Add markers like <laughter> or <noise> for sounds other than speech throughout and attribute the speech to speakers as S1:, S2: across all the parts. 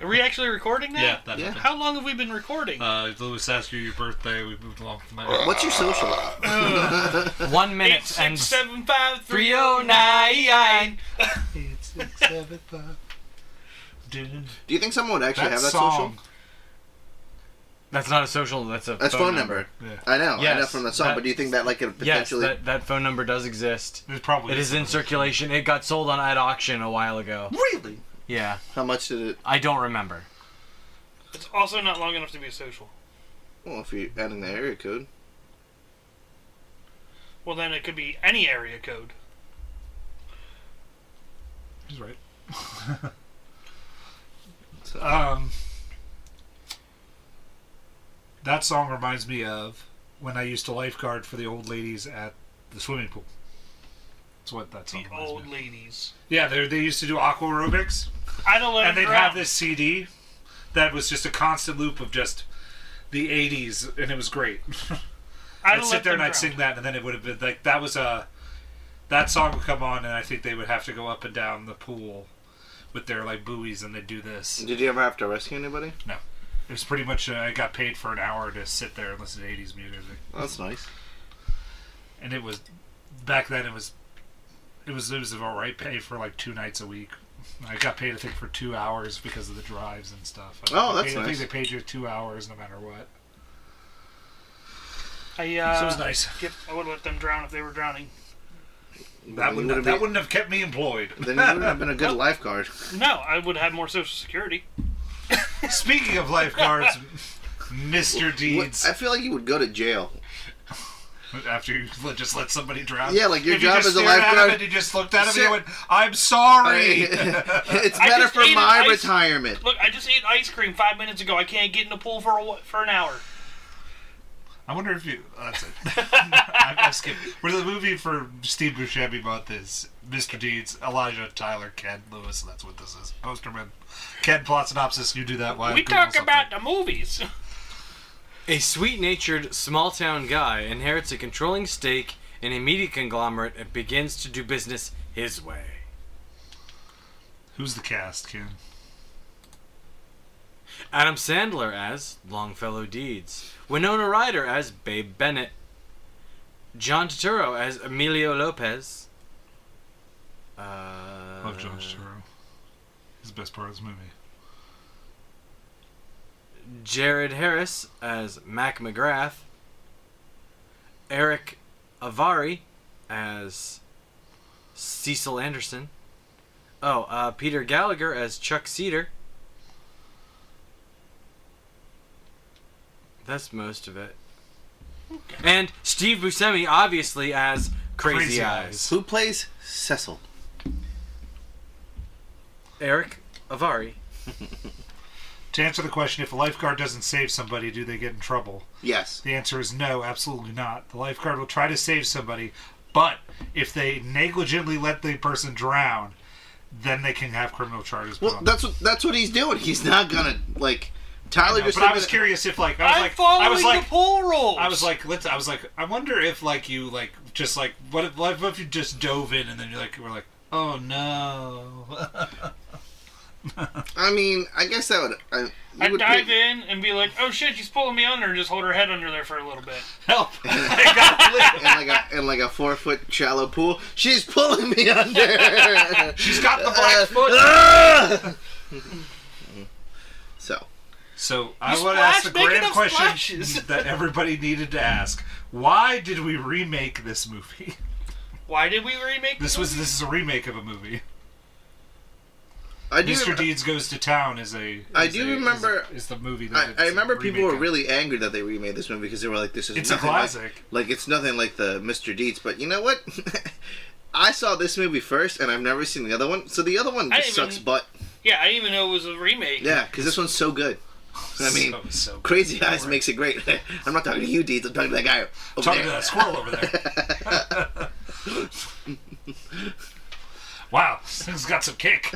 S1: Are we actually recording now?
S2: Yeah, that
S3: Yeah.
S2: happened.
S1: How long have we been recording?
S2: Uh, Louis asked you your birthday. We moved along from there.
S3: What's your social?
S4: One minute
S1: Eight
S4: and
S1: six seven five three
S4: three
S1: oh
S2: <laughs>
S4: oh nine.
S2: Eight, six, seven, five. Didn't.
S3: Do you think someone would actually
S4: That
S3: have that
S4: song.
S3: social?
S4: That's not a social. That's a
S3: That's phone, number.
S2: Yeah.
S3: I know.
S4: Yes,
S3: I know from the song,
S4: that-
S3: but do you think that like could
S4: Yes,
S3: potentially?
S4: that, that phone number does exist.
S2: There's probably.
S4: It is in circulation. It got sold on at auction a while ago.
S3: Really?
S4: Yeah,
S3: How much did it?
S4: I don't remember.
S1: It's also not long enough to be social.
S3: Well, if you're adding the area code,
S1: Well, then it could be any area code.
S2: He's right.
S3: So-
S2: um, that song reminds me of when I used to lifeguard for the old ladies at the swimming pool. That's what that
S1: The
S2: song reminds
S1: old
S2: me. Of.
S1: ladies.
S2: Yeah, they they used to do aqua aerobics,
S1: I don't let
S2: and
S1: them
S2: they'd have
S1: drown.
S2: this CD that was just a constant loop of just the '80s, and it was great.
S1: I
S2: I'd
S1: don't
S2: sit
S1: let
S2: there
S1: them
S2: and I'd
S1: drown.
S2: sing that, and then it would have been like that was a that song would come on, and I think they would have to go up and down the pool with their like buoys, and they'd do this.
S3: did you ever have to rescue anybody?
S2: It was pretty much uh, I got paid for an hour to sit there and listen to '80s music,
S3: Well, that's nice.
S2: and it was back then it was it was it was all right pay for like two nights a week. I got paid I think for two hours because of the drives and stuff. I
S3: Oh,
S2: think
S3: that's
S2: they- I
S3: nice.
S2: think they paid you two hours no matter what.
S1: I, uh,
S2: so it was nice.
S1: Yep, I would let them drown if they were drowning.
S2: That
S3: would
S2: wouldn't have, that
S3: been,
S2: wouldn't have kept me employed.
S3: Then you would have been a good lifeguard.
S1: No, I would have more social security.
S2: <laughs> Speaking of lifeguards, Mr.
S3: What-
S2: Deeds.
S3: I feel like you would go to jail.
S2: after you let- just let somebody drown.
S3: Yeah, like, your
S2: If you
S3: job
S2: just
S3: as a
S2: stared at him
S3: lifeguard-
S2: and you just looked at him and
S3: Sir-
S2: you went, "I'm sorry." <laughs>
S3: it's
S1: I
S3: better
S1: just
S3: for
S1: ate an
S3: my
S1: ice-
S3: retirement.
S1: Look, I just ate ice cream five minutes ago. I can't get in the pool for a, wh- for an hour.
S2: I wonder if you. oh, that's it. <laughs> I, I skipped. Where the movie for Steve Buscemi about this, Mr. Deeds, Elijah Tyler, Ken Lewis. That's what this is. Posterman. Ken plot synopsis. You do that while I
S1: we
S2: Google
S1: talk
S2: something.
S1: about the movies. <laughs>
S4: A sweet natured, small town guy inherits a controlling stake in a media conglomerate and begins to do business his way.
S2: who's the cast, Ken.
S4: Adam Sandler as Longfellow Deeds, Winona Ryder as Babe Bennett, John Turturro as Emilio Lopez. Uh,
S2: Love John Turturro. He's the best part of this movie.
S4: Jared Harris as Mac McGrath, Eric Avari as Cecil Anderson. Oh, uh, Peter Gallagher as Chuck Cedar. That's most of it. And Steve Buscemi, obviously, as Crazy,
S2: Crazy
S4: Eyes.
S3: Who plays Cecil?
S4: Eric Avari.
S2: To answer the question, if a lifeguard doesn't save somebody, do they get in trouble?
S3: Yes.
S2: The answer is no, absolutely not. The lifeguard will try to save somebody, but if they negligently let the person drown, then they can have criminal charges. put
S3: Well,
S2: on them.
S3: that's what that's what he's doing. He's not gonna like Tyler just.
S2: but I
S3: said
S2: was
S3: that-
S2: curious if like I was
S1: I'm
S2: like
S1: following
S2: I was like
S1: the pool rules.
S2: I was like let's I was like I wonder if like you like just like what if, what if you just dove in and then you're like we're like oh no <laughs>
S3: I mean, I guess that would. I, you
S1: I'd
S3: would
S1: dive
S3: be-
S1: in and be like, "Oh shit, she's pulling me under," and just hold her head under there for a little bit.
S3: <laughs>
S2: help I got lit.
S3: in like a in like a four foot shallow pool. She's pulling me under.
S2: she's got the black foot
S3: Ah! <laughs> so
S2: so I
S1: You
S2: would ask the
S1: splash, make
S2: grand
S1: enough
S2: question
S1: splashes.
S2: <laughs> that everybody needed to ask why did we remake this movie <laughs>
S1: Why did we remake
S2: This was this is a remake of a movie.
S3: I do.
S2: Mr. Deeds Goes to Town is a. Is
S3: I do
S2: a- is a-
S3: remember-
S2: Is, the movie that
S3: I,
S2: it's
S3: I
S2: a
S3: remember people
S2: remake
S3: were
S2: of.
S3: really angry that they remade this movie because they were like, "This is
S2: It's a
S3: nothing
S2: classic.
S3: Like, like it's nothing like the Mr. Deeds." But you know what? <laughs> I saw this movie first, and I've never seen the other one. So the other one
S1: I
S3: just
S1: didn't
S3: sucks
S1: even-
S3: butt.
S1: Yeah, I didn't even know it was a remake.
S3: Yeah, because this one's so good. I mean,
S2: So- so
S3: Crazy
S2: good.
S3: Eyes makes it great. <laughs> I'm not talking to you, Deeds. I'm talking to that guy over
S2: Talking to
S3: there.
S2: that squirrel over there.
S3: <laughs>
S2: wow, this thing's got some kick. <laughs>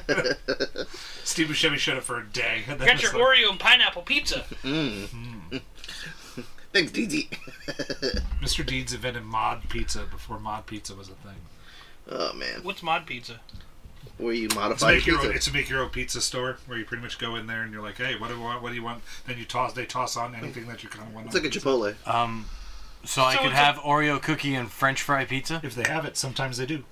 S2: Steve Buscemi showed up for a day. <laughs> and then
S1: Got
S2: it's
S1: your
S2: like,
S1: Oreo and pineapple pizza.
S3: Thanks, Deedsy.
S2: Mr. Deeds invented mod pizza before mod pizza was a thing.
S3: <laughs> oh man,
S1: What's mod pizza?
S3: where you
S2: It's
S3: modify
S2: a, make
S3: your
S2: your own,
S3: pizza.
S2: it's a make your own pizza store where you pretty much go in there and you're like, hey, what do you want? What do you want? Then you toss. They toss on anything that you kind of want.
S3: It's like a Chipotle.
S4: Um, so I
S1: So
S4: could
S1: it's a-
S4: have Oreo cookie and French fry pizza.
S2: If they have it, sometimes they do.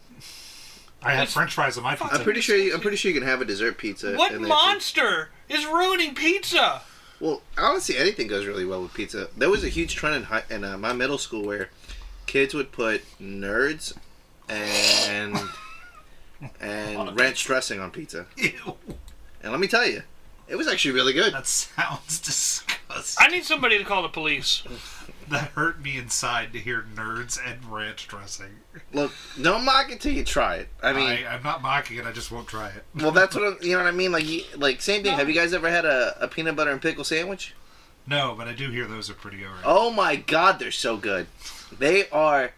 S2: I had French fries on my pizza.
S3: I'm pretty sure. You, I'm pretty sure you can have a dessert pizza.
S1: What
S3: and they-
S1: monster is ruining pizza?
S3: Well, honestly, anything goes really well with pizza. There was a huge trend in, high, in uh, my middle school where kids would put nerds and and ranch dressing on pizza.
S2: <laughs> Ew,
S3: And let me tell you, it was actually really good.
S2: that sounds disgusting.
S1: I need somebody to call the police.
S2: That hurt me inside to hear nerds and ranch dressing.
S3: Look, don't mock it till you try it. I
S2: I
S3: mean,
S2: I, am not mocking it. I just won't try it.
S3: well, that's what I'm, you know what I mean. Like, you, like same thing. Have you guys ever had a, a peanut butter and pickle sandwich?
S2: No, but I do hear those are pretty alright.
S3: Oh my god, they're so good. They are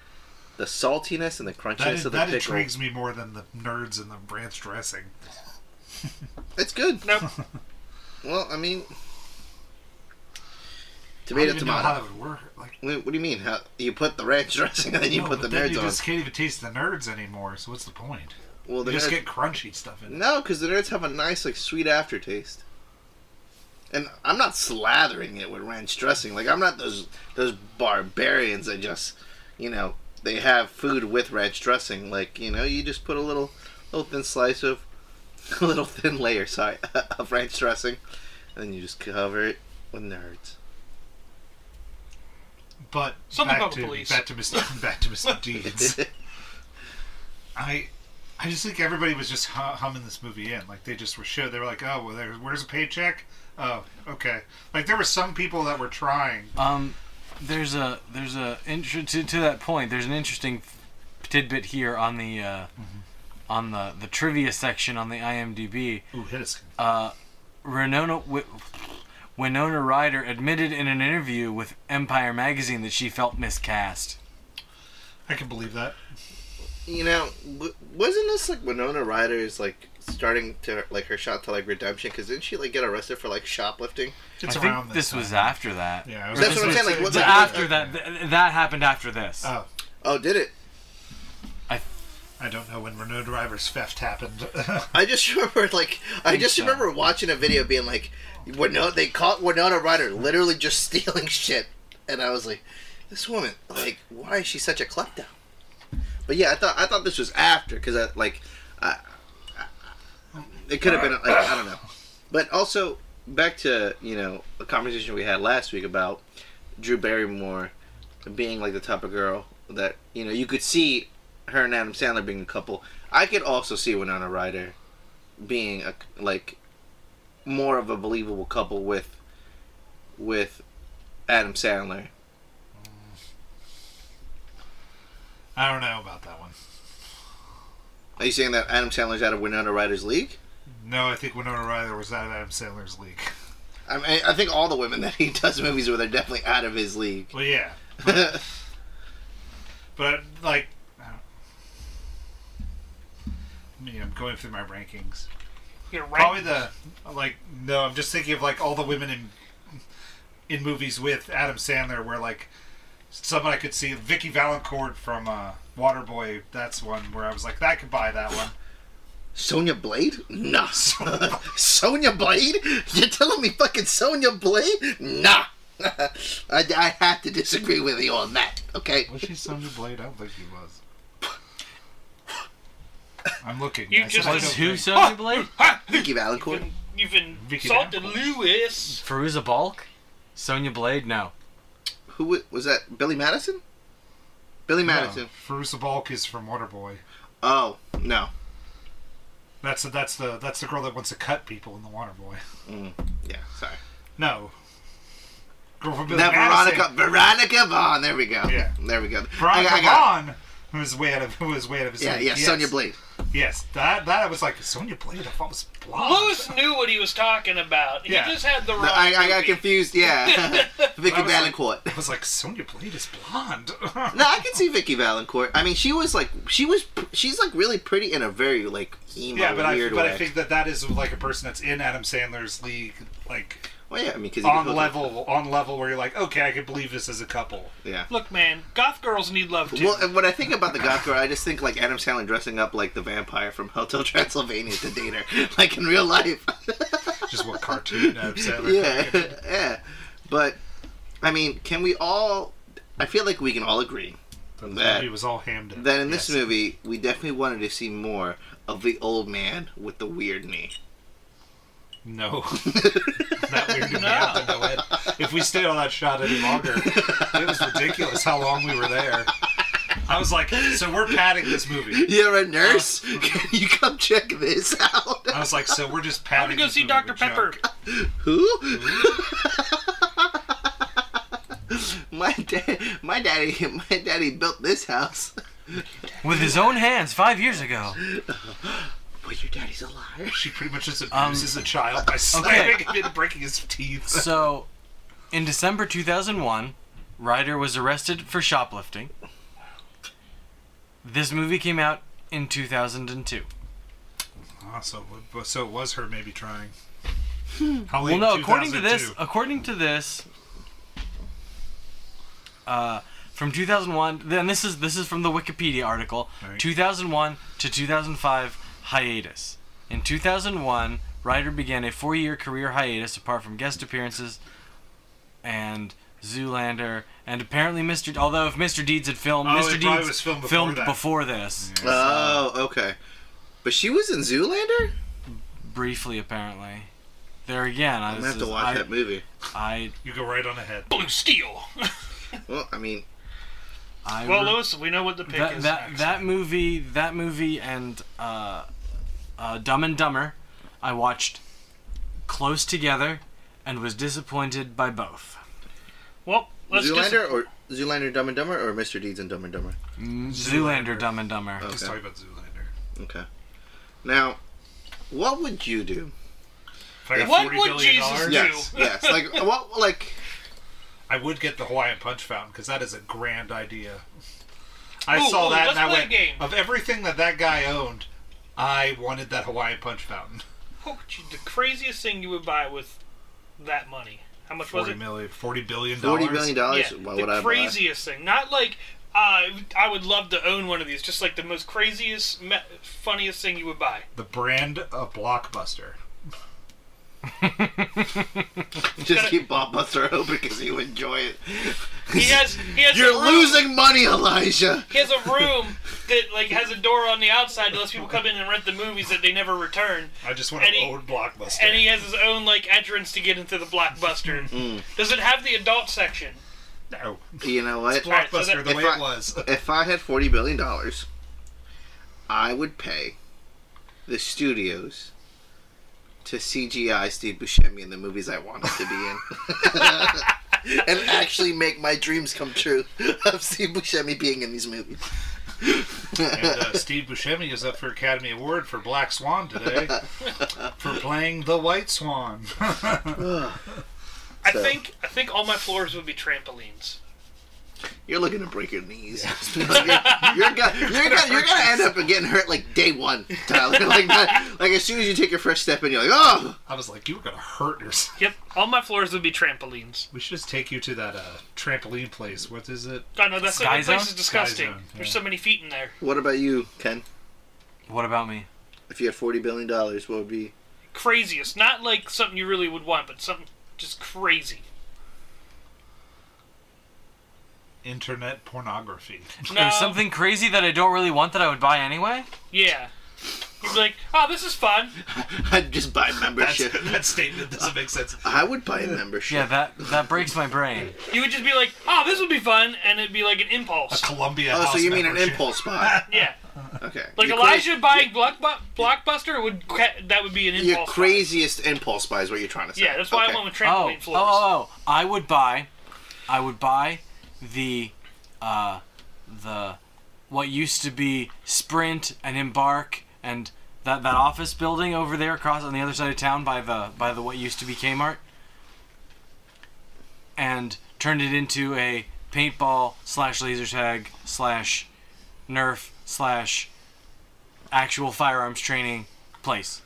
S3: the saltiness and the crunchiness
S2: that in-
S3: of the
S2: that
S3: pickle.
S2: intrigues me more than the nerds and the ranch dressing.
S3: It's good.
S1: Nope.
S3: <laughs> Well, I mean,
S2: I don't
S3: tomato,
S2: even know how that
S3: tomato.
S2: would work. Like,
S3: Wait, What do you mean? How you put the ranch <laughs> dressing and then you
S2: no,
S3: put the
S2: but then
S3: nerds
S2: you
S3: on?
S2: just can't even taste the nerds anymore. So what's the point?
S3: Well,
S2: You
S3: the
S2: just
S3: nerds,
S2: get crunchy stuff in. it.
S3: no, because the nerds have a nice, like, sweet aftertaste. And I'm not slathering it with ranch dressing. Like I'm not those those barbarians that just, you know, they have food with ranch dressing. Like you know, you just put a little little thin slice of <laughs> a little thin layer, sorry, <laughs> of ranch dressing, and then you just cover it with nerds. <laughs>
S2: But
S1: Something
S2: back
S1: about
S2: to
S1: the police.
S2: back to Mr. <laughs> back to Mr.
S3: <laughs>
S2: Deeds. I I just think everybody was just hu- humming this movie in. Like they just were sure they were like, oh, well, there, where's a paycheck? Oh, okay. Like there were some people that were trying.
S4: Um, there's a there's a inter- to, to that point. There's an interesting tidbit here on the uh,
S2: Mm-hmm.
S4: on the the trivia section on the IMDb.
S2: Ooh, hit us.
S4: Renona Wi- Winona Ryder admitted in an interview with Empire magazine that she felt miscast.
S2: I can believe that.
S3: You know, w- wasn't this like Winona Ryder is like starting to like her shot to like redemption? Because didn't she like get arrested for like shoplifting?
S2: It's
S4: I
S2: around
S4: think this,
S2: time.
S4: was after that.
S2: Yeah, it
S4: Or
S2: was-
S4: this
S3: That's what I'm
S4: was-
S3: saying. Like, what
S4: the-
S3: the
S4: after that, th- that happened after this.
S2: Oh,
S3: Oh, did it?
S2: I don't know when Renault Driver's theft happened. <laughs>
S3: I just <laughs> remember like I just
S4: so.
S3: remember watching a video being like, Winona. They caught Winona Ryder literally just <laughs> stealing shit, and I was like, this woman, like, why is she such a klepto? But yeah, I thought I thought this was after because I like, I, I- it could have been like I don't know, but also back to you know the conversation we had last week about Drew Barrymore being like the type of girl that you know you could see her and Adam Sandler being a couple. I could also see Winona Ryder being a like more of a believable couple with with Adam Sandler.
S2: I don't know about that one.
S3: Are you saying that Adam Sandler's out of Winona Ryder's league?
S2: No, I think Winona Ryder was out of Adam Sandler's league.
S3: I mean, I think all the women that he <laughs> does movies with are definitely out of his league. <laughs>
S2: Well, yeah,
S3: I
S2: but like, I, don't, I mean, I'm going through my rankings.
S1: You're right.
S2: Probably the like. No, I'm just thinking of like all the women in in movies with Adam Sandler, where like someone I could see, Vicky Valancourt from uh, Waterboy. That's one where I was like, that could buy that one.
S3: Sonya Blade? Nah. <laughs> Sonya Blade? You're telling me fucking Sonya Blade? Nah. <laughs> I, I have to disagree with you on that. Okay.
S2: <laughs>
S3: <laughs>
S2: Was she Sonya Blade? I don't think she was. I'm looking.
S1: You
S2: I
S1: just-
S2: said I
S4: was
S2: don't
S4: who
S2: think- <laughs>
S4: Sonya Blade?
S3: Vicky Valancourt.
S1: You've been
S2: Vicky
S1: salted
S2: Davenport.
S1: Lewis.
S4: Feruza Balk? Sonya Blade? No.
S3: Who wa- was that? Billy Madison? Billy Madison.
S2: No, Farusa Balk is from Waterboy.
S3: Oh no.
S2: That's the, that's the that's the girl that wants to cut people in the Waterboy.
S3: Yeah. Sorry.
S2: No. Girl from Billy
S3: Now
S2: Madison.
S3: Veronica. Veronica Vaughn. There we go.
S2: Yeah.
S3: There we go.
S2: Veronica
S3: I, I got.
S2: Vaughn, who was way out of who was way out of his
S3: Yeah.
S2: league.
S3: Yeah.
S2: Yes.
S3: Sonya Blade.
S2: Yes, that that I was like Sonya Blade. I thought was blonde.
S1: Lewis knew what he was talking about. He
S2: Yeah.
S1: just had the wrong.
S3: No, I, I got
S1: movie.
S2: <laughs>
S3: confused. Yeah. Vicky
S2: I was like-
S3: Valancourt.
S2: I was like Sonya Blade is blonde.
S3: <laughs> No, I can see Vicky Valancourt. I mean, she was like, she was, she's like really pretty in a very like emo
S2: yeah, but I
S3: weird
S2: but
S3: way.
S2: I think that that is like a person that's in Adam Sandler's league. Like
S3: Well, yeah, I mean, because
S2: on level, on level where you're like, okay, I can believe this as a couple.
S3: Yeah.
S1: Look, man, goth girls need love too.
S3: Well, and when I think about the Goth Girl, I just think like Adam Sandler dressing up like the vampire from Hotel Transylvania to date her, <laughs> like in real life.
S2: Just what cartoon
S3: <laughs>
S2: Adam Sandler.
S3: yeah, yeah. But I mean, can we all? I feel like we can all agree
S2: But the
S3: That-
S2: movie was all hammed up.
S3: that in this
S2: Yes.
S3: movie, we definitely wanted to see more of the old man with the weird knee.
S4: <laughs>
S2: No. that weird to me out the no end. If we stayed on that shot any longer, it was ridiculous how long we were there. I was like, so we're padding this movie.
S3: You're a nurse. <laughs> Can you come check this out? <laughs>
S2: I was like, so we're just
S1: I'm
S2: padding.
S1: gonna go
S2: this
S1: see
S2: movie
S1: Dr.
S2: with
S1: Pepper.
S2: junk.
S3: <laughs> Who? my dad, my daddy, my daddy built this house.
S4: With his own hands five years ago.
S3: But your daddy's a liar.
S2: She pretty much
S4: Um,
S2: just abuses a child by slamming him and breaking his teeth.
S4: <laughs> So, in December 2001, Ryder was arrested for shoplifting. This movie came out in 2002.
S2: Ah, so, so it was her maybe trying.
S1: Hmm.
S2: How
S4: Well,
S2: late
S4: no, according to
S2: 2002?
S4: this, according to this, uh, from 2001, then this is this is from the Wikipedia article.
S2: Right.
S4: 2001 to 2005 hiatus. In 2001, Ryder began a four-year career hiatus apart from guest appearances and Zoolander and apparently Mr. Although if Mr. Deeds had filmed,
S2: Oh,
S4: Mr.
S2: it probably
S4: Deeds
S2: was filmed before
S4: filmed
S2: that.
S4: before this
S3: Oh, okay. But she was in Zoolander.
S4: briefly, apparently. There again, I,
S3: I'm
S4: this
S3: gonna have to
S4: is-
S3: watch
S4: I,
S3: that movie.
S4: I,
S2: you go right on ahead.
S1: Blue steel.
S3: Well, I mean,
S4: I
S1: well,
S4: re-
S1: Lewis, we know what the pick is.
S4: that, that
S1: next.
S4: that movie that movie and uh, uh, Dumb and Dumber I watched close together and was disappointed by both.
S1: well, let's just-
S3: Zoolander or Zoolander, Dumb and Dumber, or Mr. Deeds and Dumb and Dumber.
S2: Zoolander.
S4: Mm,
S2: Oh.
S4: Zoolander Dumb and Dumber.
S2: Just
S3: Okay.
S2: talking about Zoolander.
S3: Okay. Now, what would you do?
S2: If I got
S1: What
S2: $40
S1: would
S2: billion
S1: Jesus
S2: dollars,
S1: do?
S3: Yes, yes. Like what? Like
S2: I would get the Hawaiian Punch Fountain because that is a grand idea. I
S1: Ooh,
S2: saw
S1: ooh,
S2: that
S1: let's
S2: and I
S1: play a
S2: went,
S1: game.
S2: of everything that that guy owned, I wanted that Hawaiian Punch Fountain.
S1: What would you- the craziest thing you would buy with that money? How much was
S2: 40
S1: it?
S2: million, 40 billion
S3: forty billion dollars.
S1: Yeah,
S3: Why
S1: the
S3: would I buy?
S1: craziest thing. Not like uh, I would love to own one of these. Just like the most craziest, me- funniest thing you would buy.
S2: The brand of Blockbuster.
S3: <laughs> Just keep Blockbuster <laughs> open because you enjoy it. <laughs>
S1: He has. He has
S3: You're
S1: a room,
S3: losing money, Elijah.
S1: He has a room that like has a door on the outside that lets people come in and rent the movies that they never return.
S2: I just want
S1: And
S2: an
S1: he-
S2: old Blockbuster.
S1: And he has his own like entrance to get into the blockbuster.
S3: Mm.
S1: Does it have the adult section?
S2: no.
S3: You know what?
S1: Alright, so
S2: Oh, Blockbuster
S1: that-
S2: the
S3: if
S2: way
S3: I-
S2: it was.
S3: If I had forty billion dollars, I would pay the studios to CGI Steve Buscemi in the movies I wanted to be in, and actually make my dreams come true of Steve Buscemi being in these movies.
S2: and uh, Steve Buscemi is up for Academy Award for Black Swan today for playing the White Swan. <laughs>
S1: I
S3: So-
S1: think I think all my floors would be trampolines.
S3: You're looking to break your knees. <laughs> you're, you're gonna, you're, gonna, you're gonna end up getting hurt like day one, Tyler. <laughs> Like, not- like as soon as you take your first step, and you're like, oh,
S2: I was like, you were going to hurt yourself.
S1: Yep, all my floors would be trampolines.
S2: We should just take you to that uh, trampoline place. What is it?
S1: God no, that's
S4: Sky
S1: that place
S4: Zone?
S1: is disgusting.
S2: Sky Zone, yeah.
S1: There's so many feet in there.
S3: What about you, Ken?
S4: What about me?
S3: If you had forty billion dollars, what would be?
S1: Craziest, not like something you really would want, but something just crazy.
S2: Internet
S3: <laughs>
S2: pornography.
S1: No,
S4: There's something crazy that I don't really want that I would buy anyway.
S1: Yeah, you'd be like, oh, this is fun.
S3: I'd just buy membership.
S2: That's- that statement doesn't make sense.
S3: I would buy a membership.
S4: Yeah, that that breaks my brain.
S1: You would just be like, oh, this would be fun, and it'd be like an
S2: A
S1: impulse.
S2: Columbia.
S3: oh, so
S2: House
S3: you mean an
S2: membership.
S1: <laughs>
S3: impulse buy?
S1: Yeah,
S3: Okay.
S1: like
S3: Your
S1: Elijah
S3: cra-
S1: buying block blockbuster would ca- that would be an impulse. buy.
S3: Your craziest impulse buy is what you're trying to say.
S1: Yeah, that's why
S3: Okay.
S1: I went with
S4: Oh,
S1: trampoline
S4: oh,
S1: floors.
S4: oh, oh, I would buy, I would buy the, uh, the, what used to be Sprint and Embark and that that office building over there across on the other side of town by the by the what used to be Kmart, and turned it into a paintball slash laser tag slash Nerf slash actual firearms training place.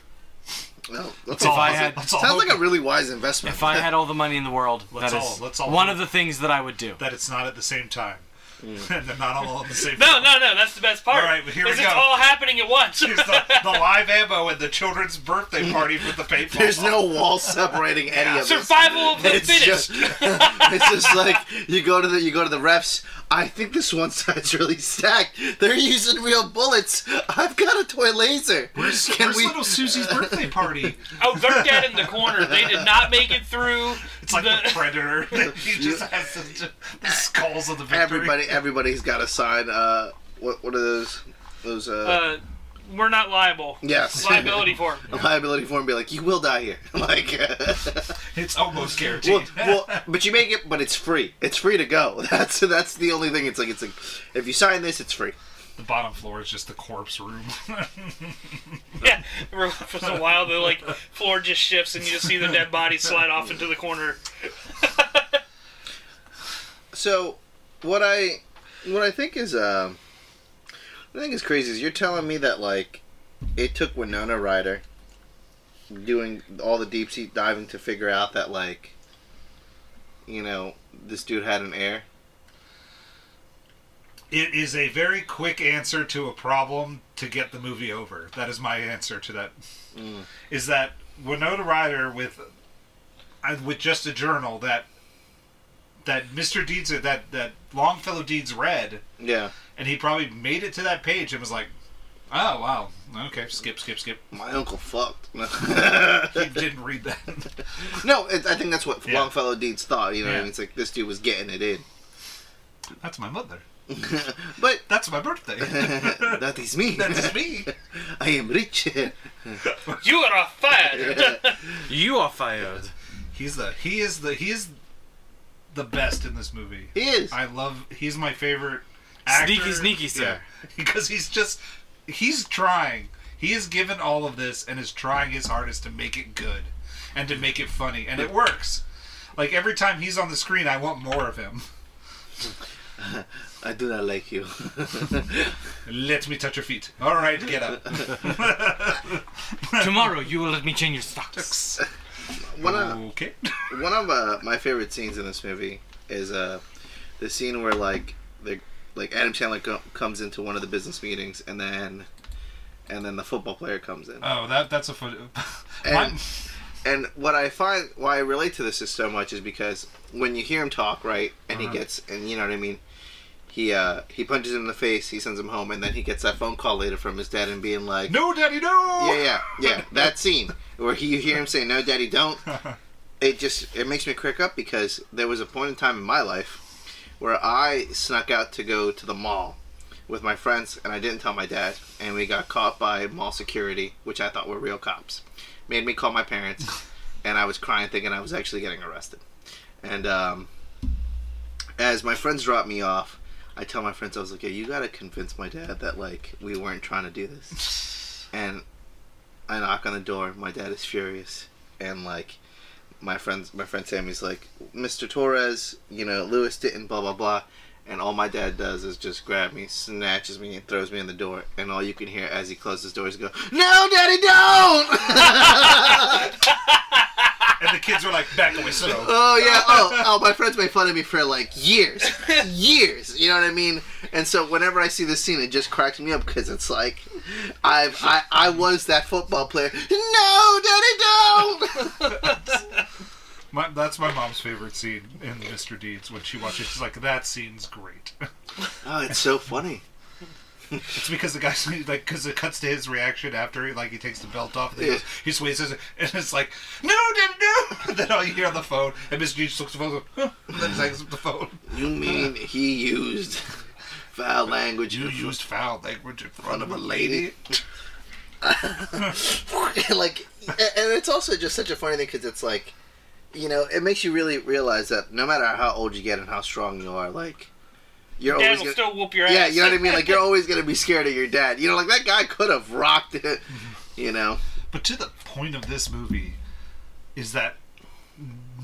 S3: Well, let's
S4: If
S3: all,
S4: I
S3: let's-
S4: had-
S2: let's all
S3: sounds
S2: hope
S3: like a really wise investment.
S4: If I had all the money in the world,
S2: <laughs> Let's
S4: that
S2: all-
S4: is
S2: let's all
S4: one
S2: do
S4: of the things that I would do.
S2: that it's not at the same time, <laughs>
S3: Mm.
S2: and they're not all at the
S3: <laughs>
S2: same.
S1: No,
S2: time.
S1: no, no. That's the best part.
S2: All right, well, here
S1: is
S2: we
S1: it's
S2: go.
S1: all happening at once.
S2: It's the, the live ammo and the children's birthday party with the paintball.
S3: <laughs> There's no wall separating any of
S1: <laughs>
S3: us.
S1: Survival of the
S3: It's
S1: fittest.
S3: just, <laughs> it's just like you go to the you go to the refs. I think this one side's really stacked. They're using real bullets. I've got a toy laser.
S2: Where's,
S3: Can
S2: where's
S3: we?
S2: little Susie's birthday party?
S1: Oh, they're dead in the corner. They did not make it through.
S2: It's like
S3: <laughs>
S2: the, predator. <laughs> he just has the, the skulls of the victory.
S3: Everybody, everybody's got to sign. Uh, what what are those? Those uh,
S1: Uh, we're not liable.
S3: yes,
S1: Liability for 'em.
S3: liability form. Be like, you will die here. <laughs> Like,
S2: It's almost guaranteed.
S3: well, well, but you make it, but it's free. It's free to go. <laughs> That's that's the only thing. It's like it's like if you sign this, it's free.
S2: the bottom floor is just the corpse room. <laughs>
S1: Yeah. For a while, the like floor just shifts, and you just see the dead body slide off into the corner.
S3: So, what I what I think is uh, what I think is crazy is you're telling me that like it took Winona Ryder doing all the deep sea diving to figure out that like you know this dude had an heir.
S2: it is a very quick answer to a problem to get the movie over. That is my answer to that. Is that Winona Ryder with I- with just a journal that that Mr. Deeds that that Longfellow Deeds read,
S3: Yeah,
S2: and he probably made it to that page and was like, "Oh wow, okay, skip, skip, skip."
S3: my uncle fucked. <laughs>
S2: He didn't read that. <laughs>
S3: no, it, I think that's what
S2: Yeah.
S3: Longfellow Deeds thought. You know, what I
S2: Yeah.
S3: mean? it's like this dude was getting it in. <laughs>
S2: That's my mother. <laughs>
S3: But
S2: That's my birthday. <laughs>
S3: that is me.
S2: that is me.
S3: <laughs> I am rich. <laughs>
S1: You are fired.
S4: You are fired.
S2: He's the he is the he is the best in this movie.
S3: he is.
S2: I love. He's my favorite. Actor.
S4: Sneaky, sneaky, sir.
S2: Yeah. <laughs> because he's just he's trying. He is given all of this and is trying his hardest to make it good and to make it funny, and it works. Like every time he's on the screen, I want more of him.
S3: I do not like
S2: <laughs>
S3: you.
S2: Let me touch your feet. All right, get
S3: <laughs>
S2: up.
S4: Tomorrow you will let me change your stocks.
S3: One of
S2: okay.
S3: one of uh, my favorite scenes in this movie is uh, the scene where like the like Adam Sandler co- comes into one of the business meetings and then and then the football player comes in.
S2: Oh, that that's a foot.
S3: And- And what I find why I relate to this is so much is because when you hear him talk, right, and he gets and you know what I mean, he uh he punches him in the face, he sends him home, and then he gets that phone call later from his dad and being
S2: <laughs>
S3: like,
S2: no, Daddy, no.
S3: yeah, yeah, yeah. That scene where he, you hear him say, "No, Daddy, don't." It just it makes me crick up because there was a point in time in my life where I snuck out to go to the mall with my friends, and I didn't tell my dad, and we got caught by mall security, which I thought were real cops. Made me call my parents, and I was crying, thinking I was actually getting arrested. And um, as my friends dropped me off. I tell my friends I was like, "Yeah, you gotta convince my dad that like we weren't trying to do this," and I knock on the door. My dad is furious, and like my friends, my friend Sammy's like, Mr. Torres, you know, Lewis didn't, blah blah blah, and all my dad does is just grab me, snatches me, and throws me in the door, and all you can hear as he closes doors go, "No, Daddy, don't!"
S2: And the kids were like, back away, so.
S3: <laughs> oh yeah, oh oh, my friends made fun of me for like years, years. You know what I mean? And so whenever I see this scene, it just cracks me up because it's like, I've I I was that football player. No, Daddy, don't.
S2: My, that's my mom's favorite scene in Mr. Deeds when she watches. She's like, that scene's great. <laughs>
S3: Oh, it's so funny.
S2: It's because the guy's <laughs> like, because it cuts to his reaction after, he, like, he takes the belt off. And he,
S3: Yeah.
S2: goes, he sways his, and it's like, no, no, <laughs> no. Then all you hear on the phone, and Mr. Deeds looks at the phone, goes, huh, and then he hangs up the phone.
S3: You mean he used foul language?
S2: You used foul language in front of a lady.
S3: <laughs> like, and it's also just such a funny thing because it's like, you know, it makes you really realize that no matter how old you get and how strong you are, like, you're
S1: Dad
S3: always
S1: will
S3: gonna,
S1: still whoop your ass.
S3: yeah, you know what I mean.
S1: <laughs>
S3: Like, you're always gonna be scared of your dad. You know, like that guy could have rocked it. <laughs> You know,
S2: But to the point of this movie is that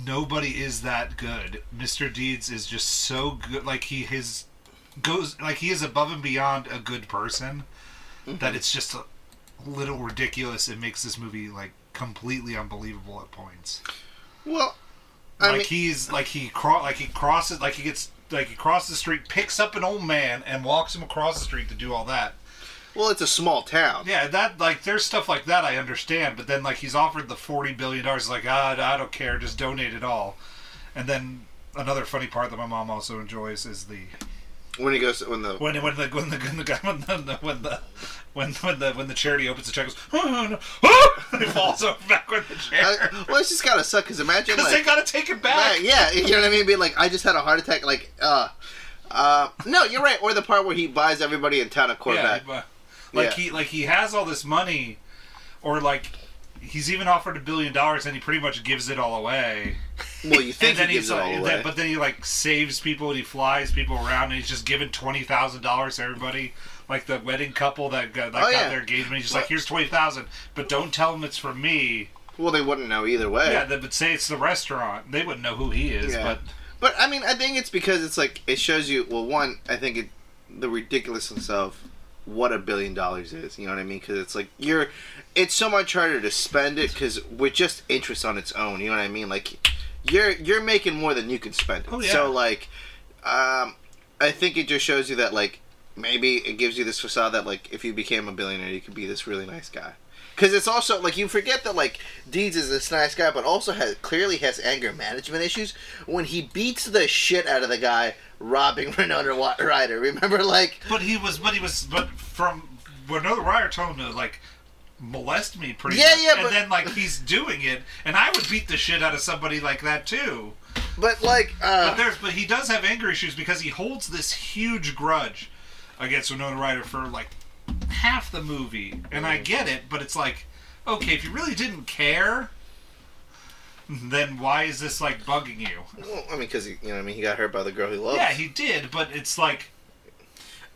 S2: nobody is that good. Mr. Deeds is just so good like he his goes like he is above and beyond
S3: Mm-hmm.
S2: a good person that it's just a little ridiculous. It makes this movie like completely unbelievable at points.
S3: Well, I
S2: like
S3: mean,
S2: he's like he cro- like he crosses like he gets like he crosses the street, picks up an old man, and walks him across the street to do all that.
S3: well, it's a small town.
S2: Yeah, that like there's stuff like that I understand, but then like he's offered the forty billion dollars, like ah, I don't care, just donate it all. And then another funny part that my mom also enjoys is the
S3: When he goes, when the
S2: when when the when the when the guy <laughs> when the when the when, when the when the charity opens the check goes oh, no, oh, <laughs> and it falls over back with the chair <laughs>
S3: I, <laughs> well, it's just gotta suck. Cause imagine
S2: because
S3: like,
S2: they gotta take it
S3: Right,
S2: back.
S3: yeah, you know what I mean? Be like, I just had a heart attack. Like, uh, uh, no, you're right. Or the part where he buys everybody in town a Corvette.
S2: but- like
S3: Yeah.
S2: he like he has all this money, or like he's even offered a billion dollars and he pretty much gives it all away.
S3: well, you think
S2: and then
S3: he gives
S2: he's
S3: it
S2: like,
S3: all
S2: and
S3: away.
S2: then- but then he like saves people and he flies people around and he's just giving twenty thousand dollars to everybody. Like the wedding couple that got, that
S3: Oh,
S2: got
S3: yeah.
S2: their engagement, he's just like,
S3: But-
S2: "Here's twenty thousand, but don't tell them it's from me."
S3: well, they wouldn't know either way.
S2: Yeah, they would say it's the restaurant. They wouldn't know who he is,
S3: Yeah.
S2: but
S3: But I mean, I think it's because it's like it shows you. Well, one, I think it the ridiculousness of what a billion dollars is. You know what I mean? Because it's like you're, it's so much harder to spend it because with just interest on its own. You know what I mean? Like you're you're making more than you can spend. It.
S2: Oh, yeah.
S3: So like, um, I think it just shows you that like maybe it gives you this facade that like if you became a billionaire, you could be this really nice guy. Because it's also like you forget that like Deeds is this nice guy, but also has clearly has anger management issues when he beats the shit out of the guy robbing <laughs> Renona Wa- Ryder. Remember, like
S2: but he was, but he was, but from when another Ryer told him to like molest me pretty
S3: Yeah,
S2: much,
S3: yeah,
S2: and
S3: but-
S2: then like he's doing it, and I would beat the shit out of somebody like that too.
S3: but like
S2: But
S3: uh,
S2: there's, but he does have anger issues because he holds this huge grudge against Winona Ryder for like half the movie, and I get it, but it's like, okay, if you really didn't care, then why is this like bugging you?
S3: well, I mean, because you know, what I mean, he got hurt by the girl he loves.
S2: Yeah, he did, but it's like,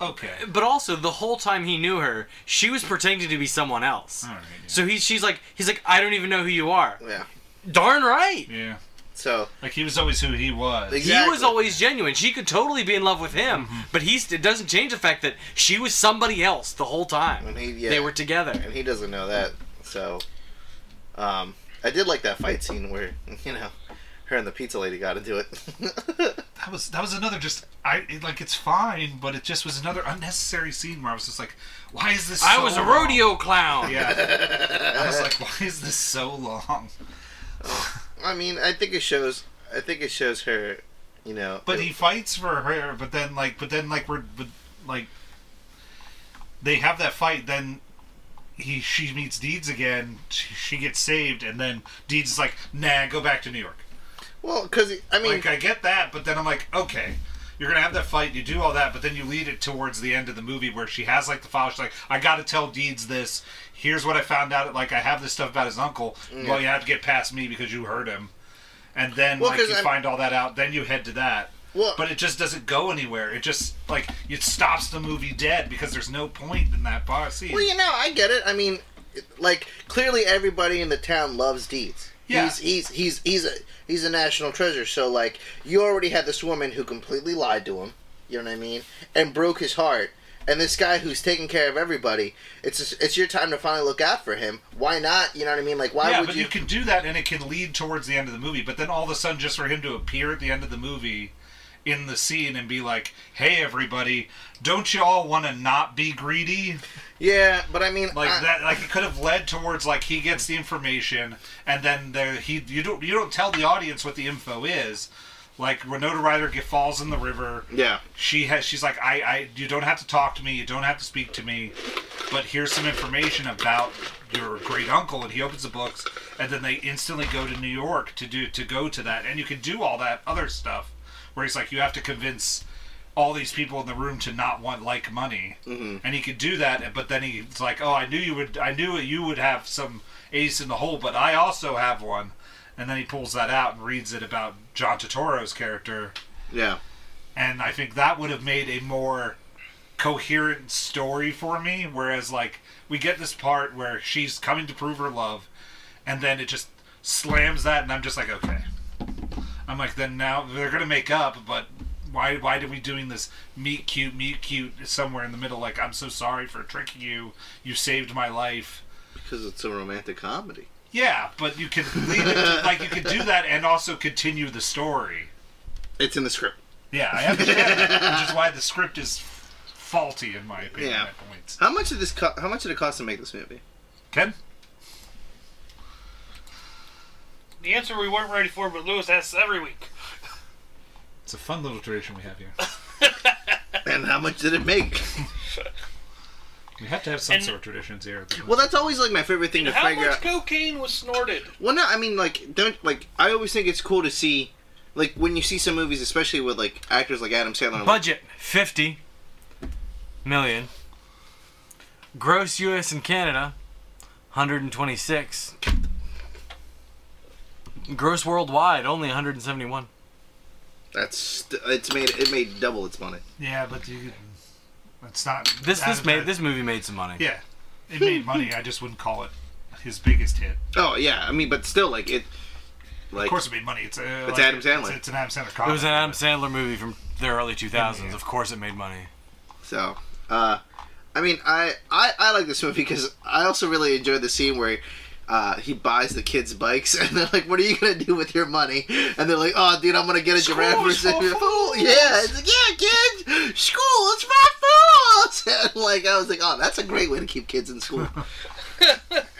S2: okay,
S4: But also, the whole time he knew her, she was pretending to be someone else.
S2: all right,
S4: So he, she's like, he's like, I don't even know who you are.
S3: yeah.
S4: Darn right.
S2: yeah. yeah,
S3: So
S2: like he was always who he was.
S3: Ex-
S4: He was
S3: Exactly.
S4: always genuine. She could totally be in love with him, but he's, it doesn't change the fact that she was somebody else the whole time.
S3: and he, yeah,
S4: They were together.
S3: and he doesn't know that. So, um, I did like that fight scene where <laughs> you know her and the pizza lady got into it. <laughs>
S2: That was that was another just I it, like it's fine, but it just was another unnecessary scene where I was just like, why is this?
S4: I
S2: so
S4: was a
S2: long?
S4: rodeo clown.
S2: Yeah. I was like, why is this so long?
S3: I mean, I think it shows. I think it shows her. You know,
S2: But
S3: it-
S2: he fights for her, but then like, but then like we're but, like, they have that fight. Then he she meets Deeds again. She, she gets saved, and then Deeds is like, nah, go back to New York.
S3: Well, because I mean,
S2: Like I get that, but then I'm like, okay. You're gonna have that fight. You do all that, but then you lead it towards the end of the movie where she has like the file. She's like, "I gotta tell Deeds this. Here's what I found out. Like, I have this stuff about his uncle.
S3: Mm.
S2: Well, you have to get past me because you heard him." And then
S3: Well,
S2: like
S3: 'cause
S2: you
S3: I'm-
S2: find all that out. Then you head to that.
S3: Well-
S2: but it just doesn't go anywhere. It just like it stops the movie dead because there's no point in that bar scene.
S3: well, you know, I get it. I mean, like clearly everybody in the town loves Deeds.
S2: Yeah.
S3: He's he's he's he's a he's a national treasure. So like, you already had this woman who completely lied to him. You know what I mean? And broke his heart. And this guy who's taking care of everybody, it's just, it's your time to finally look out for him. Why not? You know what I mean? Like, why
S2: yeah,
S3: would
S2: but
S3: you?
S2: you can do that, and it can lead towards the end of the movie. But then all of a sudden, just for him to appear at the end of the movie in the scene and be like, "Hey, everybody, don't you all want to not be greedy?"
S3: yeah, but I mean,
S2: Like
S3: I-
S2: that, like it could have led towards like he gets the information, and then there he you don't you don't tell the audience what the info is. Like Renata Ryder get falls in the river.
S3: Yeah.
S2: She has. She's like, I, I. You don't have to talk to me. You don't have to speak to me. But here's some information about your great uncle, and he opens the books, and then they instantly go to New York to do to go to that, and you can do all that other stuff, where he's like, you have to convince all these people in the room to not want like money, mm-hmm. and he could do that, but then he's like, oh, I knew you would. I knew you would have some ace in the hole, but I also have one, and then he pulls that out and reads it about John Turturro's character
S3: Yeah.
S2: and I think that would have made a more coherent story for me. Whereas, like, we get this part where she's coming to prove her love, and then it just slams that, and I'm just like, okay. I'm like, then now they're gonna make up, but why? Why are we doing this meet cute, meet cute somewhere in the middle? Like, I'm so sorry for tricking you. You saved my life.
S3: Because it's a romantic comedy.
S2: Yeah, but you can leave it, like you can do that and also continue the story.
S3: It's in the script.
S2: Yeah, I understand that, which is why the script is faulty in my opinion.
S3: Yeah.
S2: At points.
S3: How much did this? Co- how much did it cost to make this movie?
S2: Ken,
S1: The answer we weren't ready for, but Lewis asks every week.
S5: It's a fun little tradition we have here.
S3: And how much did it make?
S5: We have to have some
S1: And-
S5: sort of traditions here. at the-
S3: Well, that's always like my favorite thing to
S1: How
S3: figure
S1: much
S3: out.
S1: cocaine was snorted?
S3: Well, no, I mean like don't like I always think it's cool to see, like when you see some movies, especially with like actors like Adam Sandler. I'm like,
S4: Budget 50 million. Gross US and Canada 126. Gross worldwide only 171.
S3: that's st- it's made it made double its money.
S2: Yeah, but you. It's not.
S4: This this
S2: that-
S4: made this movie made some money.
S2: Yeah, it made money. I just wouldn't call it his biggest hit.
S3: Oh yeah, I mean, but still like it, like
S2: Of course, it made money. It's, uh,
S3: It's
S2: like,
S3: Adam Sandler.
S2: It's, it's an Adam Sandler
S4: It
S2: comedy.
S4: was an Adam Sandler movie from the early 2000s. Of course it made money.
S3: So, uh, I mean, I, I, I like this movie because I also really enjoyed the scene where uh, he buys the kids bikes <laughs> and they're like, "What are you gonna do with your money?" And they're like, "Oh, dude, I'm gonna get a giraffe or
S2: School's for
S3: something." Yeah, it's like, yeah, kids, school is for fools. <laughs> And like, I was like, "Oh, that's a great way to keep kids
S2: <laughs>
S3: in school."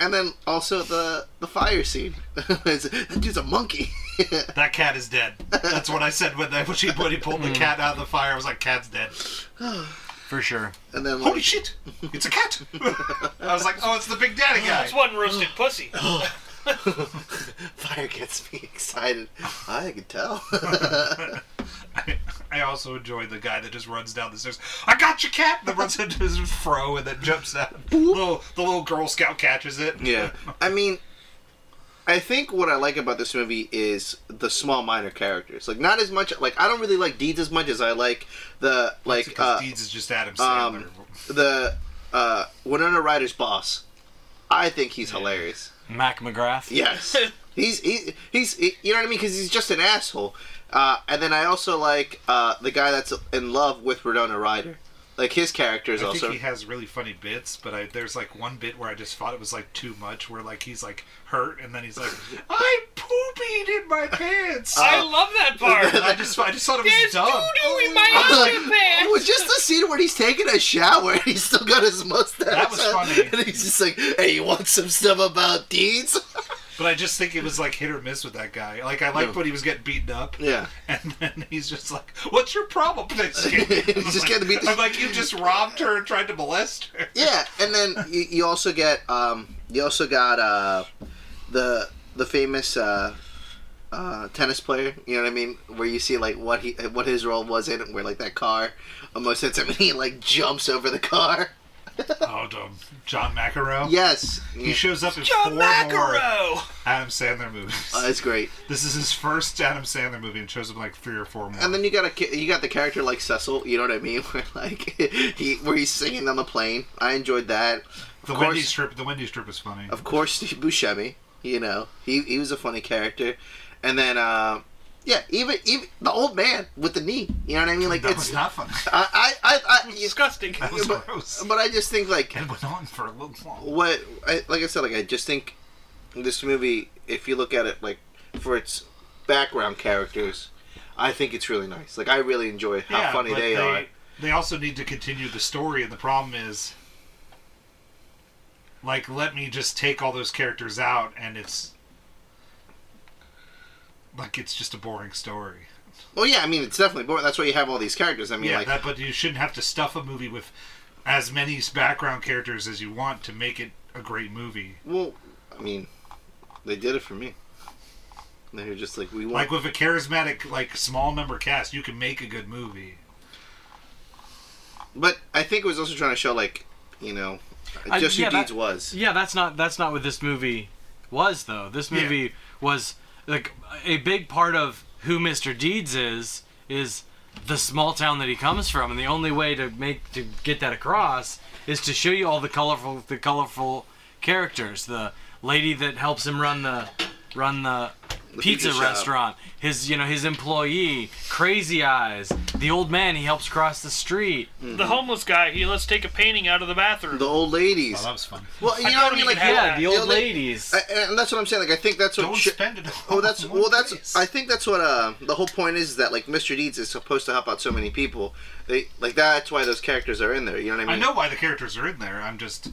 S3: and then also the the fire scene. <laughs> It's, that dude's a monkey. <laughs>
S2: That cat is dead. That's what I said when, they, when, she, when he pulled
S4: Mm.
S2: the cat out of the fire. I was like, cat's dead.
S4: For sure.
S3: and then
S2: Holy
S3: like,
S2: shit! It's a cat! <laughs> I was like, oh, it's the Big Daddy guy.
S1: That's one roasted pussy.
S2: Uh-huh.
S3: <laughs>
S2: <laughs>
S3: fire gets me excited. I
S2: <laughs>
S3: can tell.
S2: I, I also enjoy the guy that just runs down the stairs. I got your cat! That runs into his fro and then jumps out. Little, the little Girl Scout catches it.
S3: Yeah. I mean, I think what I like about this movie is the small minor characters. Like not as much like I don't really like Deeds as much as I like the like
S2: Because
S3: uh,
S2: Deeds is just Adam Sandler.
S3: um the uh Winona Ryder's boss. I think
S2: <laughs>
S3: he's hilarious.
S4: Mac McGrath.
S3: Yes. he's he, he's he, you know what I mean cuz he's just an asshole. Uh, and then I also like uh, the guy that's in love with Winona Ryder. Like his character is
S2: I
S3: also
S2: think he has really funny bits, but I, there's like one bit where I just thought it was like too much, where like he's like hurt, and then he's
S3: <laughs>
S2: like, "I'm pooping in my pants."
S3: Um,
S1: I love that
S2: <laughs>
S1: part.
S3: <laughs>
S2: I just, I just thought it was
S1: There's
S2: dumb.
S1: doo-doo in my
S3: Oh, Like, oh,
S1: outfit pants.
S3: it was just the scene when he's taking a shower and he's still got his mustache.
S2: That was
S3: on,
S2: funny.
S3: And he's just like, "Hey, you want some stuff about deeds?"
S2: But I just think it was like hit or miss with that guy. Like I liked
S3: No.
S2: when he was getting beaten up.
S3: Yeah.
S2: And then he's just like, "What's your problem?" He's
S3: <laughs> He's just getting beat the
S2: I'm like, "You just robbed her and tried to molest
S3: <laughs>
S2: her."
S3: Yeah, and then you, you also get um, you also got uh, the the famous uh, uh, tennis player. You know what I mean? Where you see like what he what his role was in it. Where like that car almost hits him and he like jumps over the car.
S2: Oh, dumb. John McEnroe.
S3: Yes,
S2: He shows up in
S1: John
S2: four more
S1: Macaro.
S2: Adam Sandler movies.
S3: uh, it's great.
S2: <laughs> This is his first Adam Sandler movie and shows up in like three or four more.
S3: And then you got a ki- you got the character like Cecil, you know what I mean? <laughs> Where like he where he's singing on the plane. I enjoyed that.
S2: the
S3: course-
S2: Wendy's trip, the Wendy's trip is funny.
S3: Of course, Steve Buscemi. You know he he was a funny character. And then uh, yeah, even even the old man with the knee. You know what I mean? Like
S2: that
S3: it's
S2: was not funny.
S3: I I I, I you-
S1: Disgusting.
S2: That
S3: <laughs>
S2: was
S3: but,
S2: gross.
S3: but I just think like
S2: it went on for a little while.
S3: what I, like I said like I just think this movie if you look at it like for its background characters. I think it's really nice. Like I really enjoy how
S2: Yeah,
S3: funny
S2: but
S3: they, are.
S2: They also need to continue the story, and the problem is, like, let me just take all those characters out, and it's like it's just a boring story.
S3: Well, yeah, I mean it's definitely boring. That's why you have all these characters. I mean,
S2: yeah,
S3: like
S2: that. But you shouldn't have to stuff a movie with as many background characters as you want to make it a great movie.
S3: Well, I mean, they did it for me. They were just like, we want.
S2: Like with a charismatic, like small member cast, you can make a good movie.
S3: but I think it was also trying to show, like, you know,
S4: I-
S3: just
S4: yeah,
S3: who
S4: that-
S3: Deeds was.
S4: Yeah, that's not that's not what this movie was though. This
S2: Yeah.
S4: movie was like a big part of who Mr. Deeds is is the small town that he comes from, and the only way to make to get that across is to show you all the colorful the colorful characters. The lady that helps him run the run the
S3: The
S4: pizza,
S3: pizza shop.
S4: restaurant. His you know his employee, Crazy Eyes, the old man he helps cross the street.
S1: The homeless guy. He lets take a painting out of the bathroom.
S3: The old ladies.
S5: Oh, that was fun.
S3: well, you
S1: I
S3: know what
S1: don't
S3: I mean.
S1: even
S3: Like,
S1: have
S4: Yeah,
S1: that.
S4: the old
S3: Yeah, like-
S4: ladies.
S3: I, and that's what I'm saying. Like, I think that's what.
S2: Don't
S3: shit-
S2: spend it. all
S3: Oh, that's
S2: in
S3: well.
S2: one
S3: That's
S2: place.
S3: I think that's what uh the whole point is that like Mr. Deeds is supposed to help out so many people. They like that's why those characters are in there. You know what I
S2: I
S3: mean?
S2: know why the characters are in there. I'm just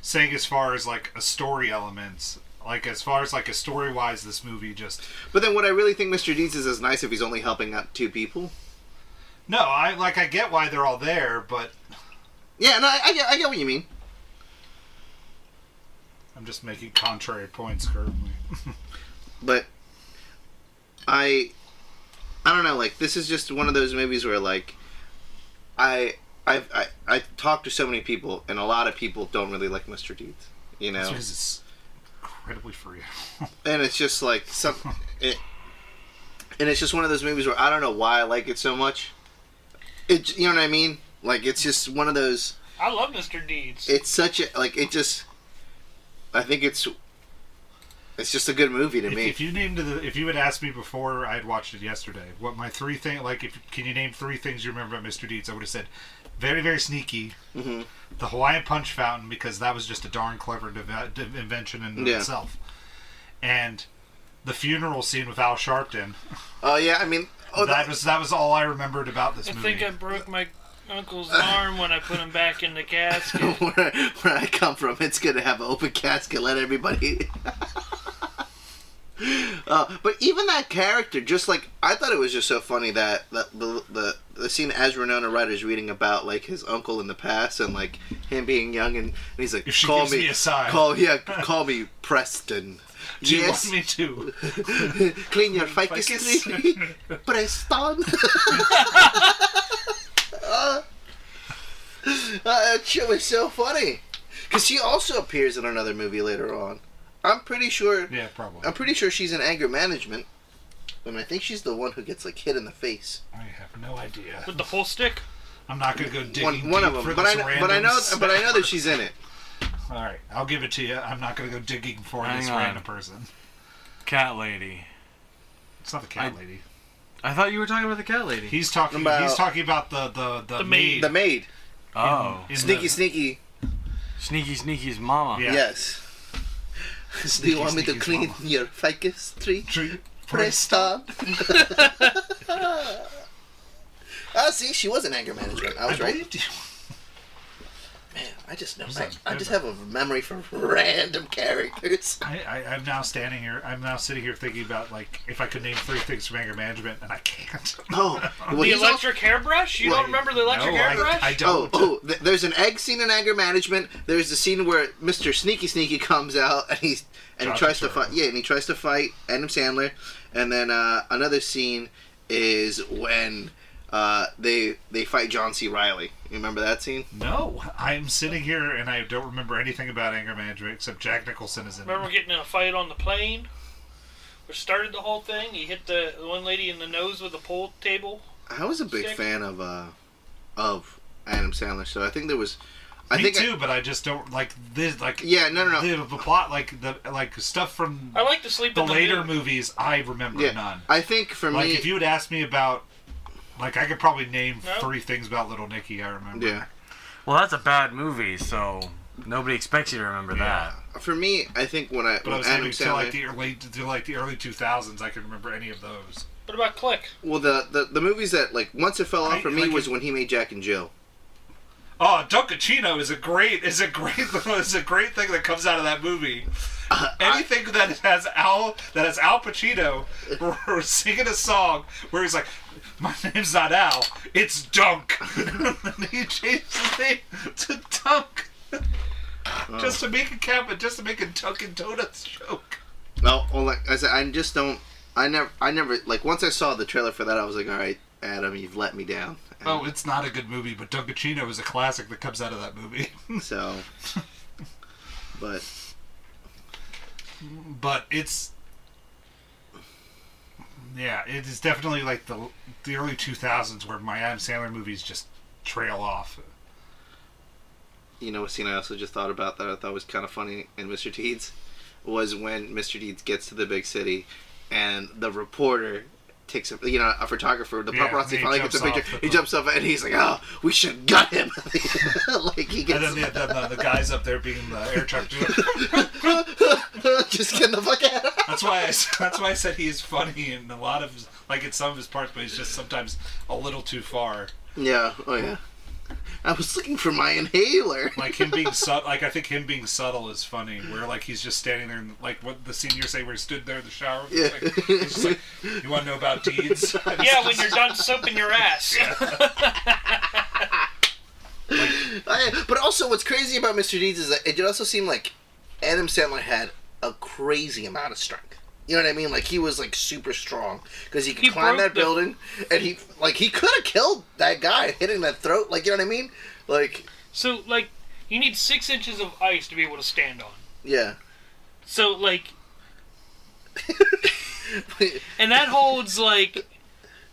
S2: saying, as far as like a story element, like as far as like a story wise, this movie just
S3: But then, what I really think Mr. Deeds is is nice if he's only helping out two people.
S2: no. I like I get why they're all there, but
S3: Yeah, no, I, I get I get what you mean.
S2: I'm just making contrary points currently.
S3: But I I don't know. Like this is just one of those movies where like I I've I I talked to so many people and a lot of people don't really like Mr. Deeds. You
S2: <laughs>
S3: know.
S2: This movie is incredibly free. <laughs>
S3: and it's just like some it, and it's just one of those movies where I don't know why I like it so much. It you know what I mean? Like it's just one of those
S1: I love Mr. Deeds.
S3: it's such a like it just I think it's it's just a good movie to
S2: If,
S3: me.
S2: if you named the, if you had asked me before I had watched it yesterday, what my three thing like, if can you name three things you remember about Mr. Deeds? I would have said, very very sneaky,
S3: Mm-hmm.
S2: the Hawaiian punch fountain because that was just a darn clever deve- de- invention in
S3: Yeah.
S2: itself, and the funeral scene with Al Sharpton.
S3: Oh yeah, I mean oh
S2: that,
S3: that,
S2: was that was all I remembered about this
S1: I
S2: movie.
S1: think I broke my uncle's arm when I put him back in the casket.
S3: <laughs> where, where I come from, it's gonna have an open casket, let everybody <laughs> Uh, but even that character, just like I thought, it was just so funny that, that the, the the scene as Renona Ryder's reading about like his uncle in the past and like him being young and, and he's like,
S2: If she
S3: call
S2: gives me a sign." <laughs>
S3: call yeah, call me Preston.
S2: Do you
S3: yes,
S2: want me to?
S3: <laughs> clean your ficus,
S2: Ficus.
S3: <laughs> clean. <laughs> Preston. uh, that shit was so funny because she also appears in another movie later on. I'm pretty sure.
S2: Yeah, probably.
S3: I'm pretty sure she's in anger management. I mean, I think she's the one who gets like hit in the face.
S2: I have no idea.
S1: With the whole stick?
S2: I'm not gonna go digging
S3: One, one
S2: deep
S3: of them,
S2: for
S3: but I,
S2: this
S3: but I
S2: random
S3: know,
S2: stuff.
S3: but I know that
S2: <laughs>
S3: she's in it.
S2: All right, I'll give it to you. I'm not gonna go digging for
S4: Hang
S2: this
S4: on.
S2: random person.
S4: cat lady.
S2: It's not the cat
S4: I-
S2: lady.
S4: I thought you were talking about the cat lady.
S2: He's talking.
S3: About-
S2: he's talking about the the the,
S1: The maid.
S3: The maid,
S4: oh,
S2: in
S3: sneaky,
S2: the-
S3: sneaky.
S4: sneaky, sneaky's mama.
S2: Yeah. <laughs>
S3: Yes. Do
S2: Sneaky,
S3: you want me to
S2: sneaky
S3: clean
S2: mama.
S3: your ficus tree?
S2: Tree-
S3: Press on. <laughs> Ah, see, she was in anger management. I
S2: I
S3: was right.
S2: believed you.
S3: Man, I just know. I,
S2: that?
S3: I just have a memory for random characters.
S2: I, I, I'm now standing here. I'm now sitting here thinking about like if I could name three things from anger management, and I can't.
S3: <laughs> Oh, well,
S1: the
S3: he's also-
S1: electric hairbrush? You
S3: Well,
S1: don't remember the electric
S2: no, I,
S1: hairbrush?
S2: I
S3: Oh,
S2: don't.
S3: oh, th- there's an egg scene in anger management. There's the scene where Mr. Sneaky Sneaky comes out and he's and
S2: John
S3: he tries to
S2: Turturro.
S3: fight. Yeah, and he tries to fight Adam Sandler. And then uh, another scene is when uh, they they fight John C. Riley. You remember that scene?
S2: No, I'm sitting here and I don't remember anything about anger management except Jack Nicholson is in.
S1: Remember
S2: it.
S1: getting in a fight on the plane? Which started the whole thing? He hit the the one lady in the nose with a pool table?
S3: I was a big
S1: Sick.
S3: fan of uh, of Adam Sandler, so I think there was. I
S2: Me
S3: think I-
S2: too, but I just don't like this. Like
S3: yeah, no, no, no.
S2: the, the plot, like the like stuff from
S1: I like to sleep
S2: the
S1: in the
S2: later
S1: moon.
S2: movies. I remember
S3: yeah,
S2: none.
S3: I think for
S2: Like
S3: me,
S2: if you had asked me about, like I could probably name
S1: No.
S2: three things about Little Nicky. I remember.
S3: yeah,
S4: Well, that's a bad movie, so nobody expects you to remember that.
S3: for me, I think when I
S2: But I
S3: when
S2: was
S3: Adam
S2: thinking till like
S3: Sandler,
S2: the early till like the early two thousands. I can remember any of those.
S1: What about Click?
S3: well, the, the the movies that like once it fell off
S2: I-
S3: for me
S2: like
S3: was
S2: it-
S3: when he made Jack and Jill.
S2: Oh, Dunkachino is a great is a great <laughs> is a great thing that comes out of that movie. Anything that has Al that has Al Pacino <laughs> r- singing a song where he's like, "My name's not Al, it's Dunk," <laughs> and he changed his name to Dunk <laughs> just to make a cap just to make a Dunkin' Donuts joke.
S3: No, well, like I said, I just don't. I never, I never like once I saw the trailer for that, I was like, all right, Adam, you've let me down. And
S2: Oh, it's not a good movie, but Dunkachino is a classic that comes out of that movie. <laughs>
S3: so, but
S2: but it's yeah, it is definitely like the the early two thousands where my Adam Sandler movies just trail off.
S3: you know, a scene I also just thought about that I thought was kind of funny in Mr. Deeds was when Mr. Deeds gets to the big city and the reporter takes a you know a photographer. The
S2: Yeah,
S3: paparazzi
S2: he
S3: finally gets a
S2: jumps
S3: picture.
S2: off the-
S3: He jumps off and he's like, "Oh, we should gut him!" <laughs> like he
S2: And
S3: gets
S2: then the, the, the, the guys up there being the air truck.
S3: <laughs> just getting the fuck out. <laughs> of
S2: That's why I, <laughs> s- that's why I said he's funny in a lot of his, like in some of his parts, but he's just sometimes a little too far.
S3: Yeah. Oh yeah. I was looking for my inhaler.
S2: Like him being subtle, <laughs> like I think him being subtle is funny. Where like he's just standing there, and like what the senior say, where he stood there in the shower.
S3: Yeah.
S2: Like, he's just like, you want to know about deeds?
S1: <laughs> Yeah, when you're done soaping your <laughs> ass.
S3: I, but also, what's crazy about Mr. Deeds is that it also seemed like Adam Sandler had a crazy amount of strength. You know what I mean? Like he was like super strong because he could
S1: He
S3: climb
S1: broke
S3: that
S1: the-
S3: building, and he like he could have killed that guy hitting that throat. Like you know what I mean? Like
S1: So, like, you need six inches of ice to be able to stand on.
S3: yeah, <laughs>
S1: So, like, and that holds, like,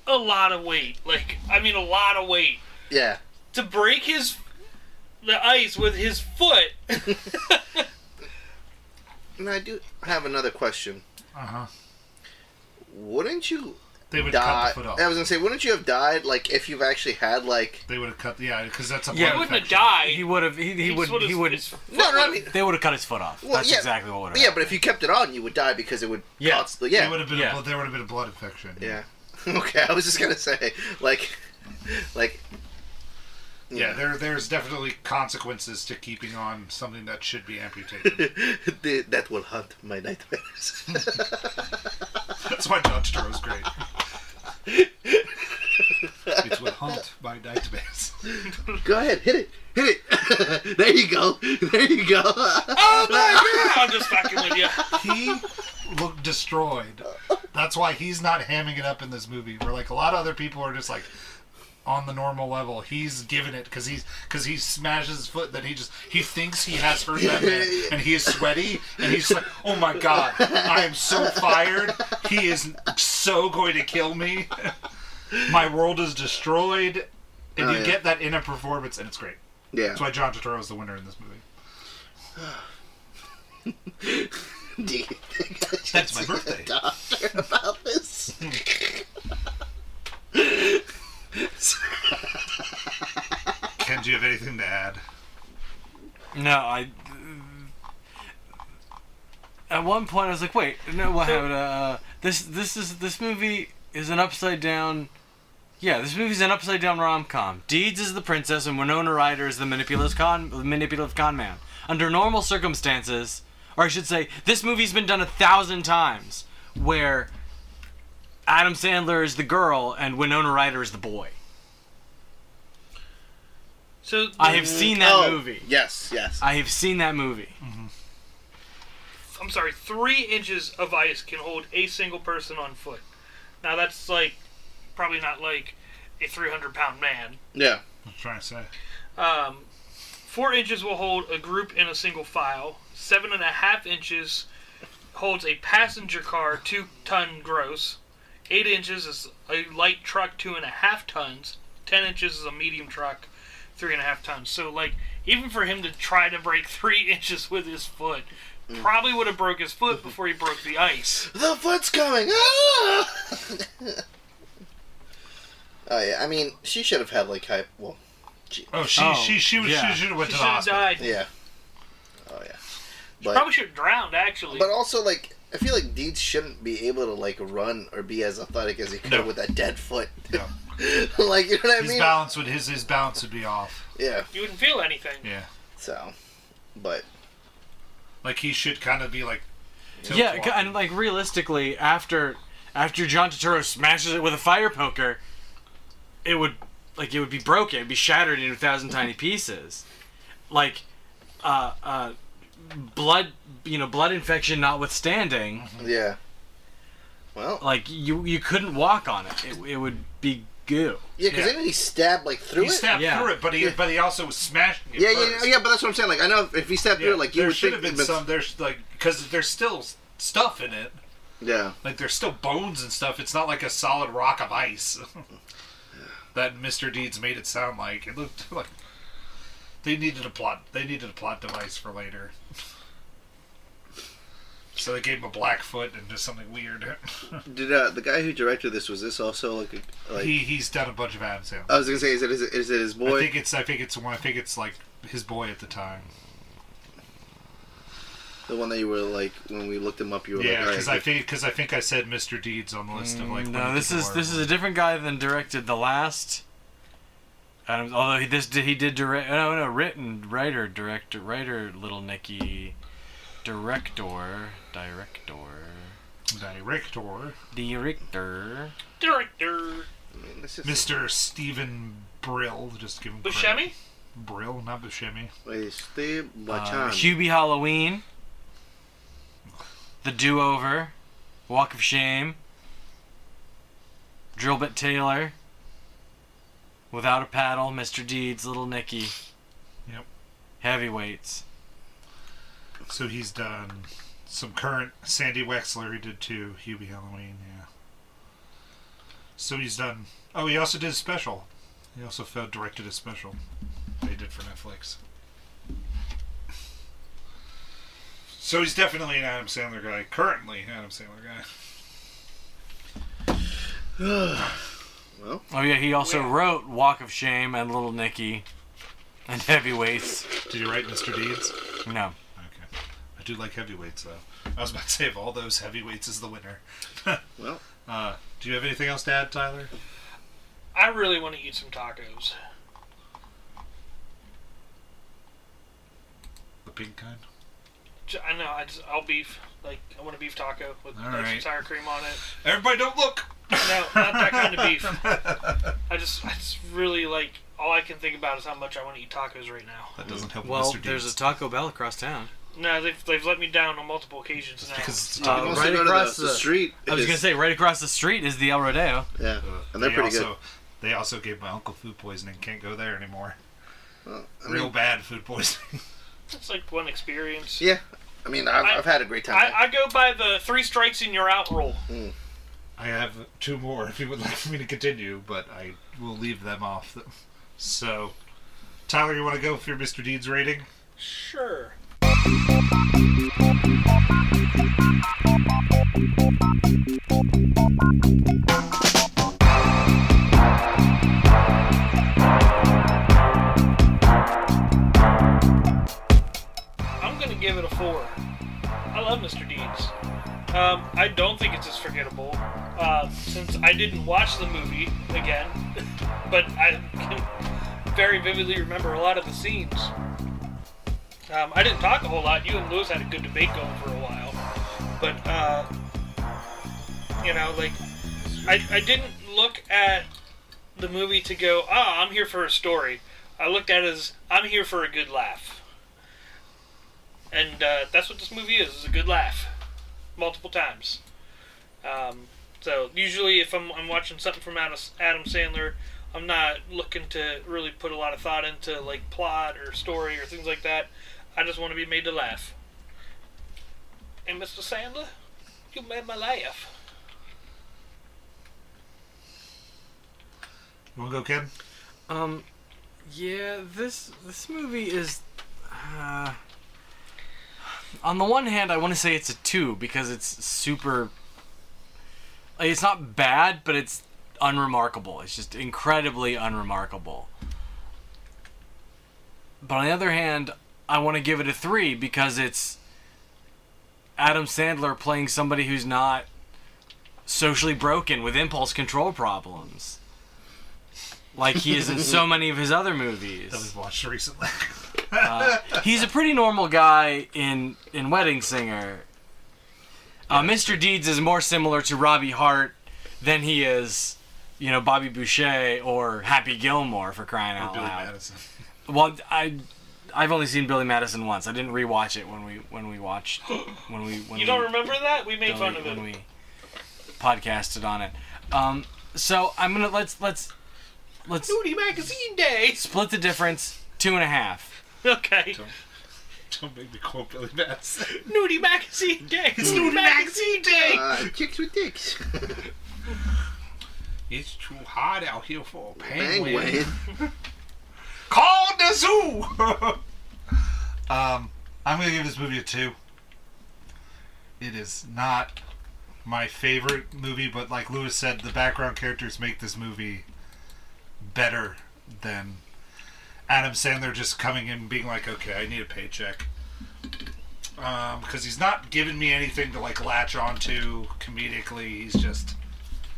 S1: a lot of weight. Like, I mean, a lot of weight.
S3: yeah.
S1: To break his. the ice with his foot.
S3: And I do have another question.
S2: Uh huh.
S3: Wouldn't you
S2: They would
S3: die?
S2: cut the foot
S3: I
S2: off.
S3: was gonna say, wouldn't you have died? Like if you've actually had like
S2: They would have cut. Yeah, because that's a
S4: Yeah,
S1: He
S2: blood
S1: wouldn't have
S2: infection.
S1: died.
S4: He would have. He, he
S1: just
S4: would.
S1: would've-
S4: He would.
S1: his foot
S3: no, no. I
S1: would've-
S3: mean,
S4: They would have cut his foot off.
S3: well,
S4: That's
S3: yeah,
S4: exactly what would have.
S3: Yeah, but if you kept it on, you would die because it would.
S4: Yeah.
S3: cause- yeah.
S2: It would have been.
S4: Yeah.
S2: A, blood- there would have been a blood infection.
S3: Yeah. <laughs> Okay, I was just gonna say, like, like. <laughs>
S2: Yeah, there there's definitely consequences to keeping on something that should be
S3: <laughs>
S2: amputated.
S3: The- that will haunt my nightmares. <laughs>
S2: That's why Dumpster was great.
S3: <laughs>
S5: It will haunt my nightmares.
S3: go ahead, hit it, hit it. <laughs> there you go, there you go. <laughs> Oh
S1: <laughs> I'm just fucking with you.
S2: He looked destroyed. That's why he's not hamming it up in this movie. Where like a lot of other people are just like on the normal level. He's giving it because he's because he smashes his foot. Then he just he thinks he has hurt that man, and he is sweaty, and he's like, oh my god, I am so fired. He is so going to kill me. <laughs> My world is destroyed. And
S3: Oh,
S2: you
S3: yeah.
S2: get that in a performance, and it's great.
S3: Yeah.
S2: That's why John Turturro is the winner in this movie.
S3: Do you think I should
S2: That's my
S3: see a
S2: birthday.
S3: doctor about this?
S2: Ken, do you have anything to add?
S4: No, I. At one point, I was like, "Wait, no, what happened? Uh, this, this is this movie is an upside down." Yeah, this movie's an upside down rom com. Deeds is the princess, and Winona Ryder is the manipulative con manipulative con man. Under normal circumstances, or I should say, this movie's been done a thousand times, where Adam Sandler is the girl and Winona Ryder is the boy.
S1: So,
S4: I have seen that
S3: Oh,
S4: movie.
S3: Yes, yes.
S4: I have seen that movie.
S1: I'm sorry, three inches of ice can hold a single person on foot. Now that's like probably not like a 300 pound man.
S3: yeah.
S2: I'm trying to say.
S1: Um, four inches will hold a group in a single file. Seven and a half inches holds a passenger car, two ton gross. Eight inches is a light truck, two and a half tons. Ten inches is a medium truck, three and a half tons. So like even for him to try to break <laughs> three inches with his foot.
S3: Mm.
S1: Probably would have broke his foot before he broke the
S3: <laughs>
S1: ice.
S3: The foot's coming. Ah! oh yeah. I mean, she should have had like hype. Well,
S2: Oh, she
S4: Oh,
S2: she she was
S4: yeah.
S2: she should have went
S1: She
S2: to
S1: should
S2: the
S1: have
S2: hospital.
S1: died.
S3: yeah. Oh yeah. But
S1: Probably should have drowned, actually.
S3: But also, like, I feel like Deeds shouldn't be able to like run or be as athletic as he could
S2: No.
S3: with that dead foot.
S2: No.
S3: <laughs> like, you know what I
S2: His
S3: mean?
S2: balance would his his balance would be off.
S3: Yeah.
S1: you wouldn't feel anything.
S2: Yeah,
S3: So, but
S2: like he should kind of be like. tilt
S4: Yeah,
S2: walking.
S4: c- and like realistically, after after John Turturro smashes it with a fire poker, it would like it would be broken, it'd be shattered into a thousand tiny pieces. Like, uh, uh, blood, you know, blood infection notwithstanding,
S3: yeah. Well,
S4: like you you couldn't walk on it. It, it would be goo.
S3: yeah, because
S2: Yeah.
S3: then he stabbed like through
S2: he
S3: it.
S2: stabbed
S4: Yeah.
S2: through it, but he but he also was smashing it.
S3: yeah, yeah,
S2: first.
S3: yeah, but that's what I'm saying. Like, I know if, if he stabbed
S2: Yeah,
S3: through it, like, you
S2: there
S3: would
S2: should
S3: think
S2: have been
S3: it'd
S2: some. There's like because there's still s- stuff in it.
S3: <laughs> Yeah.
S2: Like there's still bones and stuff. It's not like a solid rock of ice. <laughs> that Mr. Deeds made it sound like it looked like. They needed a plot. They needed a plot device for later. So they gave him a Blackfoot and just something weird. <laughs>
S3: Did uh, the guy who directed this was this also like a, like?
S2: he he's done a bunch of Adam Sandler.
S3: I was gonna say, is it is it, is it his
S2: I
S3: boy?
S2: think it's I think it's one I think it's like his boy at the time.
S3: the one that you were like when we looked him up, you were
S2: Yeah,
S3: like,
S2: because I think because I think I said Mr. Deeds on the list of like.
S4: Mm, No, this is this is a different guy than directed the last. Adams, although he this did, he did direct. No, no, written writer director writer Little Nicky, director director
S2: director
S4: director.
S1: Director
S3: I mean, this is
S2: Mr. Stephen Brill. Just give him credit.
S1: Buscemi.
S2: Brill, not Buscemi.
S3: Este
S4: Uh,
S3: Bachan.
S4: Hubie Halloween. The Do Over. Walk of Shame. Drillbit Taylor. Without a Paddle. Mr. Deeds. Little Nicky.
S2: Yep.
S4: Heavyweights.
S2: So he's done some current Sandy Wexler. He did too. Hubie Halloween. Yeah. So he's done. Oh, he also did a special. He also felt directed a special. They did for Netflix. So he's definitely an Adam Sandler guy. Currently, Adam Sandler guy.
S4: Oh, yeah, he also
S1: Yeah.
S4: wrote Walk of Shame and Little Nicky. And Heavyweights.
S2: Did you write Mr. Deeds?
S4: No.
S2: Okay. I do like heavyweights though. I was about to say of all those heavyweights is the winner. <laughs>
S3: Well.
S2: Uh, do you have anything else to add, Tyler?
S1: I really want to eat some tacos.
S2: The pink kind.
S1: J- I know. I just I'll beef. Like I want a beef taco with
S2: All
S1: like, some
S2: right.
S1: sour cream on it.
S2: Everybody, don't look.
S1: No, not that kind
S2: <laughs>
S1: of beef. I just I just really like all I can think about is how much I want to eat tacos right now.
S2: That doesn't help.
S4: Well,
S2: Mr.
S4: there's
S2: Deeds.
S4: a Taco Bell across town.
S1: No, they've they've let me down on multiple occasions
S2: <laughs>
S1: now.
S2: because it's
S3: You can
S4: Uh,
S3: also
S4: right
S3: go to
S4: across
S3: the,
S4: the-
S3: the street.
S4: I was
S3: It
S4: going to
S3: is-
S4: say, right across the street is the El Rodeo.
S3: Yeah, and they're
S2: they
S3: pretty
S2: also, They also gave my uncle food poisoning. Can't go there anymore.
S3: I
S2: Real
S3: mean-
S2: bad food poisoning. <laughs>
S1: It's like one experience.
S3: good. Yeah, I mean, I've,
S1: I-
S3: I've had a great time.
S1: I, I go by the three strikes and you're out rule.
S2: I have two more if you would like me to continue, but I will leave them off. So, Tyler, you want to go for your Mr. Deeds rating?
S1: Sure. I'm gonna give it a four. I love Mr. Deeds. Um, I don't think it's as forgettable, uh, since I didn't watch the movie again, <laughs> but I can very vividly remember a lot of the scenes. Um, I didn't talk a whole lot. You and Lewis had a good debate going for a while, but uh, you know, like I, I didn't look at the movie to go, ah, I'm here for a story. I looked at it as I'm here for a good laugh, and uh, that's what this movie is: is a good laugh, multiple times. Um, so usually, if I'm, I'm watching something from Adam Adam Sandler, I'm not looking to really put a lot of thought into like plot or story or things like that. I just want to be made to laugh. And Mr. Sandler, you made my laugh.
S2: You want to go, Ken?
S4: Um, yeah, this this movie is. Uh, on the one hand, I want to say it's a two because it's super. like, It's not bad, but it's unremarkable. It's just incredibly unremarkable. But on the other hand, I want to give it a three because it's Adam Sandler playing somebody who's not socially broken with impulse control problems like he is in so many of his other
S2: That we've
S4: movies.
S2: watched recently. <laughs>
S1: Uh,
S4: He's a pretty normal guy in in Wedding Singer. Uh, Mr. Deeds is more similar to Robbie Hart than he is, you know, Bobby Boucher or Happy Gilmore for crying out
S2: Billy
S4: loud.
S2: Madison.
S4: Well, I I've only seen Billy Madison once. I didn't rewatch it when we when we watched when we when
S1: You
S4: we,
S1: don't remember that? We made fun
S4: when
S1: of
S4: we- when
S1: it.
S4: we podcasted on it. Um, so I'm gonna let's let's let's
S1: Nudie Magazine Day.
S4: split the difference two and a half.
S1: <laughs> Okay.
S2: Don't make me quote Billy Madison.
S1: Nudie Magazine Day. It's Nudie Magazine Day.
S3: uh, chicks with dicks. <laughs>
S2: It's too hot out here for a
S3: Penguin.
S2: Call the zoo. <laughs> um, I'm gonna give this movie a two. It is not my favorite movie, but like Lewis said, the background characters make this movie better than Adam Sandler just coming in and being like, "Okay, I need a paycheck," because he's not giving me anything to like latch onto comedically. He's just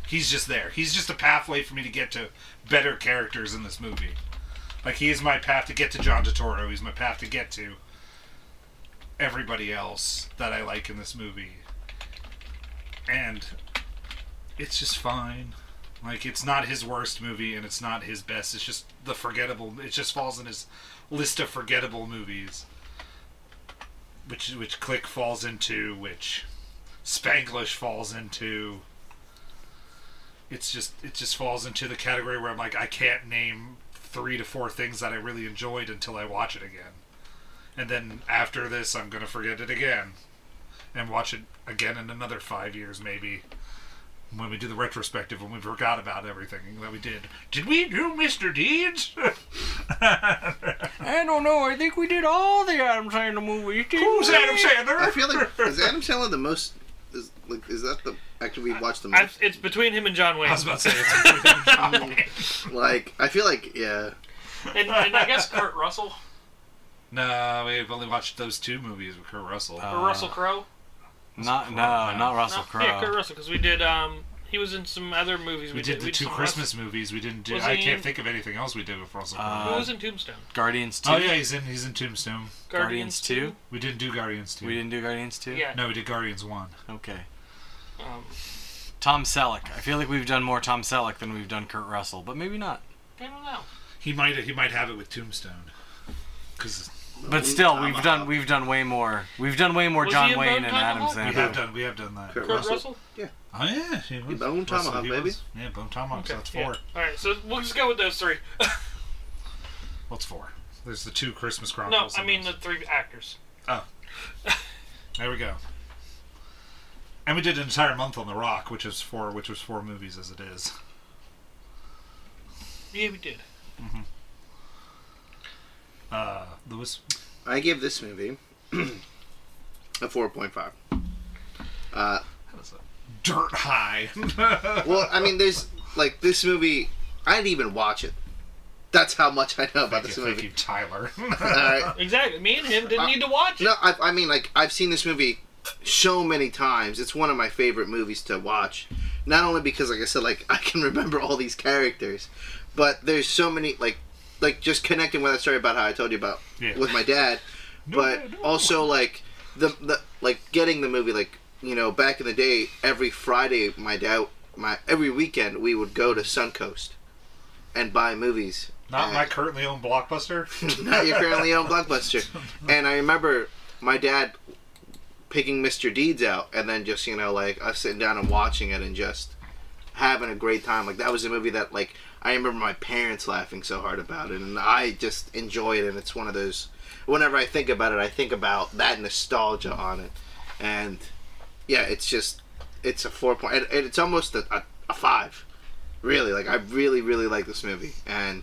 S2: he's just there. He's just a pathway for me to get to better characters in this movie. Like he is my path to get to John Turturro. He's my path to get to everybody else that I like in this movie. And it's just fine. Like it's not his worst movie and it's not his best. It's just the forgettable. It just falls in his list of forgettable movies. Which which Click falls into, which Spanglish falls into. It's just it just falls into the category where I'm like I can't name three to four things that I really enjoyed until I watch it again. And then after this I'm going to forget it again and watch it again in another 5 years maybe when we do the retrospective when we forgot about everything that we did. Did we do Mr. Deeds? <laughs>
S4: I don't know. I think we did all the Adam Sandler movies. didn't
S2: Who's
S4: we?
S2: Adam Sandler?
S3: I feel like
S2: <laughs>
S3: is Adam Sandler the most is like is that the actor we watched the
S1: I,
S3: most?
S1: it's between him and John Wayne.
S2: I was about to say it's
S3: Like I feel like yeah.
S1: <laughs> and, and I guess Kurt Russell
S2: <laughs> No, we've only watched those two movies with Kurt Russell.
S1: or Russell Crowe.
S4: Not no, not Russell Crowe.
S1: Oh, Yeah, Kurt Russell, because we did. Um, he was in some other movies.
S2: we did the
S1: we
S2: two
S1: some
S2: Christmas movies. We didn't do.
S1: Was
S2: I
S1: he
S2: can't
S1: in- Uh,
S2: think of anything else we did with Russell Crowe.
S1: Russell- Who was in Tombstone?
S4: Guardians two.
S2: oh yeah, he's in. He's in Tombstone.
S4: Guardians two.
S2: We didn't do Guardians two.
S4: We didn't do Guardians two.
S1: Yeah.
S2: No, we did Guardians one.
S4: Okay.
S1: Um,
S4: Tom Selleck. I feel like we've done more Tom Selleck than we've done Kurt Russell, but maybe not.
S1: I don't know.
S2: He might. He might have it with Tombstone. Because
S4: But still, we've done we've done way more. We've done way more
S1: Was he
S4: John
S1: in
S4: Wayne
S1: Bone
S4: and Adam
S1: Tomahawk?
S2: we
S4: Sandler.
S2: have done. We have done that.
S3: Kurt
S1: Kurt Russell.
S3: Russell?
S2: Oh yeah, he was.
S3: Bone
S2: Russell,
S3: Tomahawk,
S2: he
S3: baby.
S2: was- Yeah, Bone Tomahawk. So that's four.
S1: yeah. All right, so we'll just go with those three.
S2: What's four? There's the two Christmas
S1: no,
S2: Chronicles.
S1: I
S2: and
S1: mean
S2: those-
S1: the three actors.
S2: There we go. And we did an entire month on The Rock, which is four, which was four movies as it is.
S1: Yeah, we did.
S2: Uh, Lewis,
S3: I gave this movie <clears throat> a four point five. Uh,
S2: dirt high. <laughs>
S3: well, I mean, there's like this movie. I didn't even watch it. That's how much I know about
S2: thank,
S3: this
S2: you, thank you,
S3: movie.
S2: Tyler. <laughs>
S3: All right.
S1: Exactly. Me and him didn't
S3: Uh,
S1: need to watch it.
S3: No, I, I mean, like I've seen this movie so many times. It's one of my favorite movies to watch. Not only because, like I said, like <laughs> I can remember all these characters, but there's so many like, like just connecting with that story about how I told you about
S2: Yeah.
S3: with my dad. but also like the, the like getting the movie like you know back in the day every friday my dad my every weekend we would go to suncoast and buy movies
S2: Not
S3: and,
S2: my currently owned blockbuster.
S3: <laughs> not your currently owned blockbuster and i remember my dad picking mr deeds out and then just you know like us sitting down and watching it and just having a great time like that was a movie that like i remember my parents laughing so hard about it and i just enjoy it and it's one of those whenever i think about it i think about that nostalgia on it and yeah it's just it's a four point and, and it's almost a, a, a five really like i really really like this movie and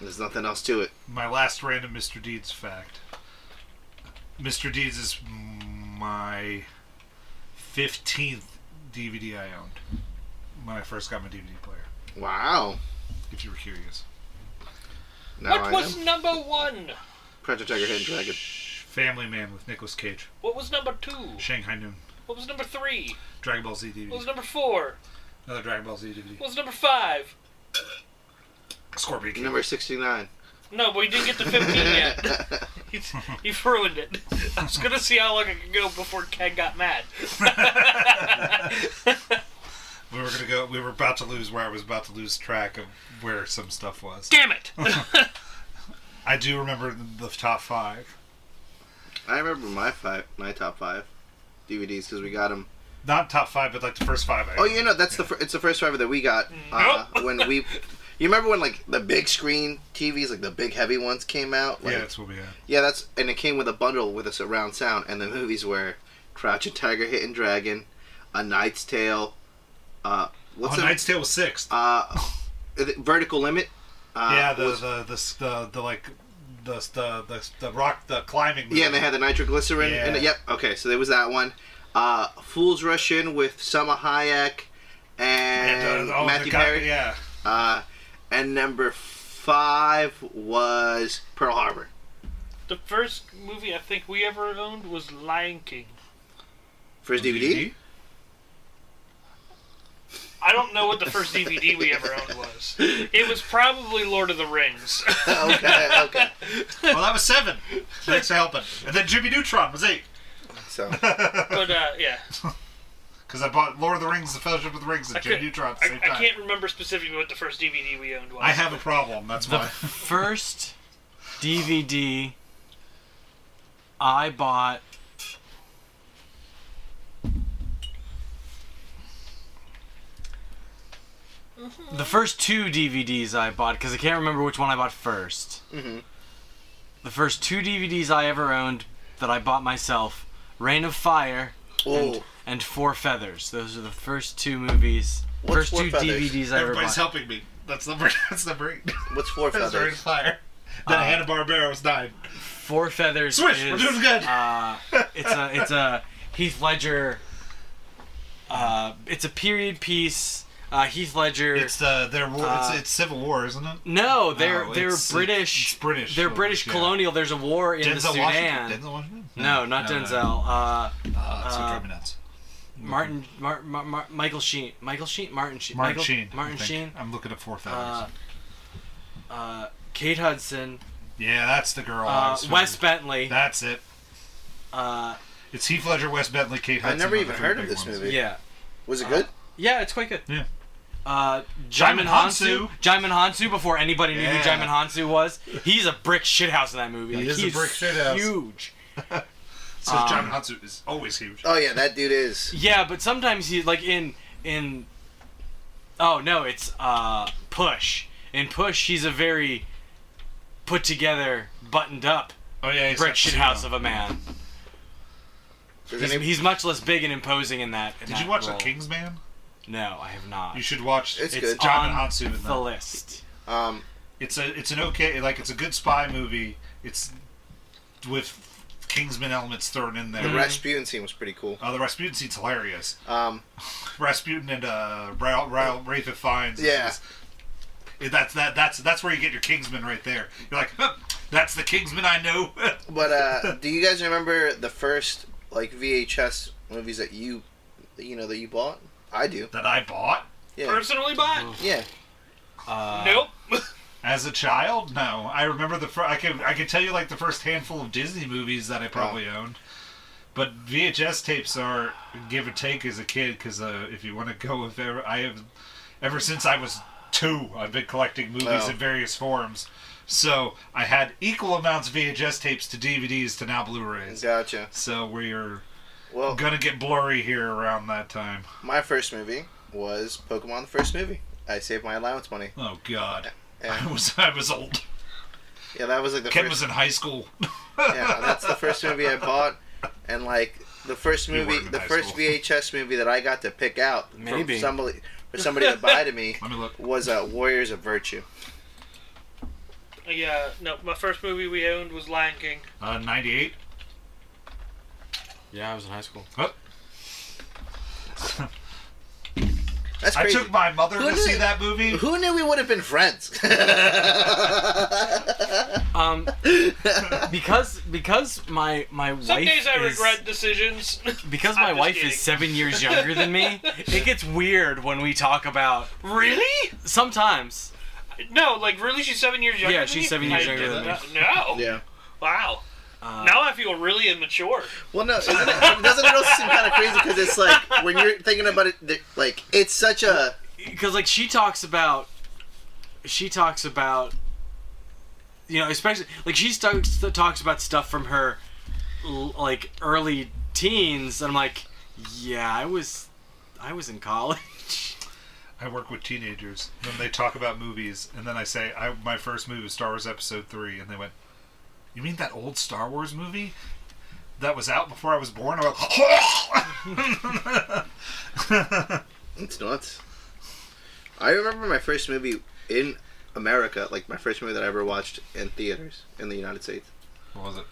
S3: there's nothing else to it
S2: my last random Mr. Deeds fact. Mr. Deeds is my 15th DVD I owned when I first got my DVD player,
S3: Wow.
S2: if you were curious.
S3: Now
S1: What
S3: I
S1: was
S3: know.
S1: number one?
S3: Crouching Tiger, Hidden Dragon.
S2: Family Man with Nicolas Cage.
S1: What was number two?
S2: Shanghai Noon.
S1: What was number three?
S2: Dragon Ball Z
S1: What was
S2: DVD.
S1: number four?
S2: Another Dragon Ball Z DVD.
S1: What was number five?
S2: Scorpion King. <laughs>
S3: Number 69.
S1: No, but we didn't get to 15 yet.
S3: <laughs>
S1: He's, you've ruined it. I was going to see how long I could go before Ken got mad.
S2: We were gonna go. We were about to lose where I was about to lose track of where some stuff was.
S1: Damn
S4: <laughs>
S1: it! <laughs>
S2: I do remember the top five.
S3: I remember my five, my top five DVDs because we got them.
S2: Not top five, but like the first five. I
S3: Oh, you know that's the fir- it's the first five that we got uh,
S1: <laughs>
S3: when we. You remember when like the big screen TVs, like the big heavy ones, came out? Like,
S2: Yeah, that's what we had.
S3: yeah, that's and it came with a bundle with a surround sound, and the movies were Crouching Tiger, Hidden Dragon, A Knight's Tale. Uh, what's
S2: oh,
S3: the
S2: Knight's Tale was sixth.
S3: uh, Vertical Limit? Uh,
S2: yeah, the,
S3: was-
S2: the, the the the like the the the, the rock the climbing.
S3: Yeah, and they had the nitroglycerin. And
S2: Yeah.
S3: yep. Okay, so there was that one. Uh, Fools Rush In with Selma Hayek and,
S2: And, uh, oh, the
S3: um, Matthew
S2: guy-
S3: Perry.
S2: Yeah,
S3: Uh, and number five was Pearl Harbor.
S1: The first movie I think we ever owned was Lion King.
S3: First DVD?
S1: I don't know what the first DVD we ever owned was. It was probably Lord of the Rings.
S3: <laughs>
S1: <laughs>
S3: okay, okay.
S2: well, that was
S3: <laughs>
S2: seven. Thanks for helping. And then Jimmy Neutron was eight. <laughs>
S3: So
S1: But uh, yeah,
S2: Because I bought Lord of the Rings, The Fellowship of the Rings, and
S1: I,
S2: Jimmy
S1: could,
S2: Neutron at the
S1: I,
S2: same
S1: I
S2: time.
S1: can't remember specifically what the first DVD we owned was.
S2: I have a problem. That's
S4: The
S2: why.
S4: first DVD I bought.
S3: Mm-hmm.
S4: The first two DVDs I bought, because I can't remember which one I bought 1st
S3: Mm-hmm.
S4: The first two DVDs I ever owned that I bought myself Reign of Fire
S3: Oh.
S4: and Four Feathers. Those are the first two movies.
S3: What's
S4: first
S3: Four
S4: two
S3: Feathers?
S4: DVDs I ever
S2: <laughs>
S4: bought.
S2: Everybody's helping me. That's number. <laughs> That's number eight.
S3: what's four
S2: That's Ring of
S3: feathers?
S2: Fire. Then
S4: Uh,
S2: Hanna Barbera was nine.
S4: Four Feathers.
S2: Swish,
S4: is,
S2: we're doing good.
S4: Uh, it's a it's a Heath Ledger. Uh, it's a period piece. Uh, Heath Ledger.
S2: It's the their war.
S4: uh,
S2: it's, it's Civil War, isn't it?
S4: no, they're
S2: No,
S4: they're
S2: it's-
S4: British.
S2: it's British
S4: They're
S2: soldiers,
S4: British
S2: yeah.
S4: colonial. There's a war in the
S2: Denzel
S4: Sudan.
S2: Washington. Denzel Washington.
S4: No, not Denzel. Uh,
S2: Uh, that's what
S4: Uh,
S2: drove me nuts.
S4: Martin, Mar- Mar- Mar- Michael Sheen, Michael Sheen, Martin Sheen,
S2: Martin
S4: Michael,
S2: Sheen. I
S4: Martin
S2: think.
S4: Sheen,
S2: I'm looking at four
S4: uh,
S2: thousand.
S4: uh, Kate Hudson,
S2: yeah, that's the girl. I
S4: uh,
S2: was
S4: Wes
S2: thinking.
S4: Bentley.
S2: That's it.
S4: Uh,
S2: It's Heath Ledger, Wes Bentley, Kate
S3: I
S2: Hudson.
S3: never
S2: are the
S3: even
S2: three
S3: heard of
S2: big
S3: this
S2: ones.
S3: movie.
S4: yeah,
S3: Was it good?
S4: yeah, it's quite good.
S2: Yeah.
S4: Uh,
S2: Jaimin
S4: Jaimin Hansu.
S2: Hansu.
S4: Jaimin Hansu. Before anybody knew
S2: Yeah.
S4: who Jaimin Hansu was, he's a brick shithouse in that movie. Like,
S2: is a
S4: he's
S2: brick shithouse.
S4: Huge.
S2: So
S4: Um,
S2: John Hudson is always huge.
S4: uh,
S3: Oh yeah, that dude is.
S4: Yeah, but sometimes he like in in. Oh no, it's uh Push. In Push, he's a very put together, buttoned up
S2: Oh yeah, he's
S4: brick
S2: got suit
S4: shithouse
S2: on.
S4: of a man.
S3: Does
S4: He's,
S3: any-
S4: he's much less big and imposing in that. in
S2: Did
S4: that
S2: you watch The
S4: role.
S2: Kingsman?
S4: No, I have not.
S2: You should watch.
S3: It's
S2: It's,
S3: good.
S2: John
S4: On
S2: Hansu in
S4: the
S2: that.
S4: list.
S3: um,
S2: It's a it's an okay like it's a good spy movie. It's with Kingsman elements thrown in there.
S3: the Rasputin scene was pretty cool.
S2: Oh, the Rasputin scene's hilarious.
S3: Um,
S2: Rasputin and uh, Ra- Ra- Rafe Fiennes. is-
S3: Yeah.
S2: is- That's that. That's that's where you get your Kingsman right there. You're like, huh, that's the Kingsman I know. <laughs>
S3: but uh, do you guys remember the first like VHS movies that you, that, you know, that you bought? I do.
S2: that I bought
S3: Yeah.
S1: Personally bought?
S3: Yeah.
S4: Uh,
S1: nope.
S2: as a child. No, I remember the. Fir- I can I can tell you like the first handful of Disney movies that I probably owned. But VHS tapes are give or take as a kid because uh, if you want to go with ever, I have ever since I was two, I've been collecting movies
S3: Wow.
S2: in various forms. So I had equal amounts of VHS tapes to DVDs to now Blu-rays.
S3: Gotcha.
S2: So we're
S3: Well,
S2: gonna get blurry here around that time.
S3: my first movie was Pokemon the first movie. I saved my allowance money.
S2: Oh God, <laughs> I
S3: And,
S2: was I was old.
S3: yeah, that was like the
S2: Ken
S3: first.
S2: was in high school.
S3: yeah, that's the first movie I bought, and like the first
S2: You
S3: movie,
S2: weren't in
S3: the
S2: high
S3: first
S2: school.
S3: VHS movie that I got to pick out
S4: Maybe.
S3: from somebody for somebody to buy
S2: <laughs>
S3: to me
S2: Let me look.
S3: was uh, Warriors of Virtue.
S1: yeah, no, my first movie we owned was Lion King.
S2: Uh, Ninety-eight.
S4: yeah, I was in high school.
S3: That's
S2: I
S3: crazy.
S2: took my mother
S3: Who
S2: to
S3: knew-
S2: see that movie.
S3: Who knew we would have been friends? <laughs>
S4: Um, because because my my wife
S1: Some days I
S4: is-
S1: regret decisions. <laughs>
S4: because
S1: I'm
S4: my
S1: just
S4: wife
S1: kidding.
S4: is seven years younger than
S1: <laughs>
S4: me. It gets weird when we talk about
S1: really?
S4: sometimes.
S1: No, like really, she's seven years younger.
S4: Yeah,
S1: than
S4: she's
S1: you?
S4: seven years
S1: I
S4: younger
S1: did
S4: than me.
S1: not- No.
S3: yeah.
S1: Wow.
S4: Uh,
S1: now I feel really immature.
S3: Well, no, isn't it, doesn't it also seem kind of crazy? Because it's like when you're thinking about it, th- like it's such a
S4: because like she talks about she talks about you know especially like she talks talks about stuff from her l- like early teens and i'm like yeah i was i was
S2: <laughs>
S4: in college
S2: I work with teenagers. Then they talk about movies, and then I say, I, "My first movie was Star Wars Episode 3. and they went, "You mean that old Star Wars movie that was out before I was born?" I went, <laughs>
S3: It's nuts. I remember my first movie in America, like my first movie that I ever watched in theaters in the United States,
S2: What was it?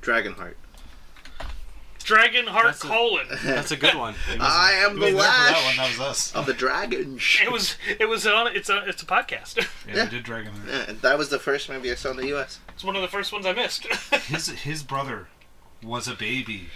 S3: Dragonheart.
S1: Dragonheart
S4: That's a-
S1: colon.
S4: That's a good one.
S3: I am
S2: Who was Oh, there
S3: the
S2: for that one?
S3: lash
S2: That was us.
S3: of the
S2: <laughs>
S3: dragons.
S1: It was it was on it's a it's a podcast. <laughs>
S2: Yeah,
S3: Yeah.
S2: we did Dragon. Heart.
S3: Yeah, and that was the first movie I saw in the U.S.
S1: It's one of the first ones I missed. <laughs>
S2: His his brother was a baby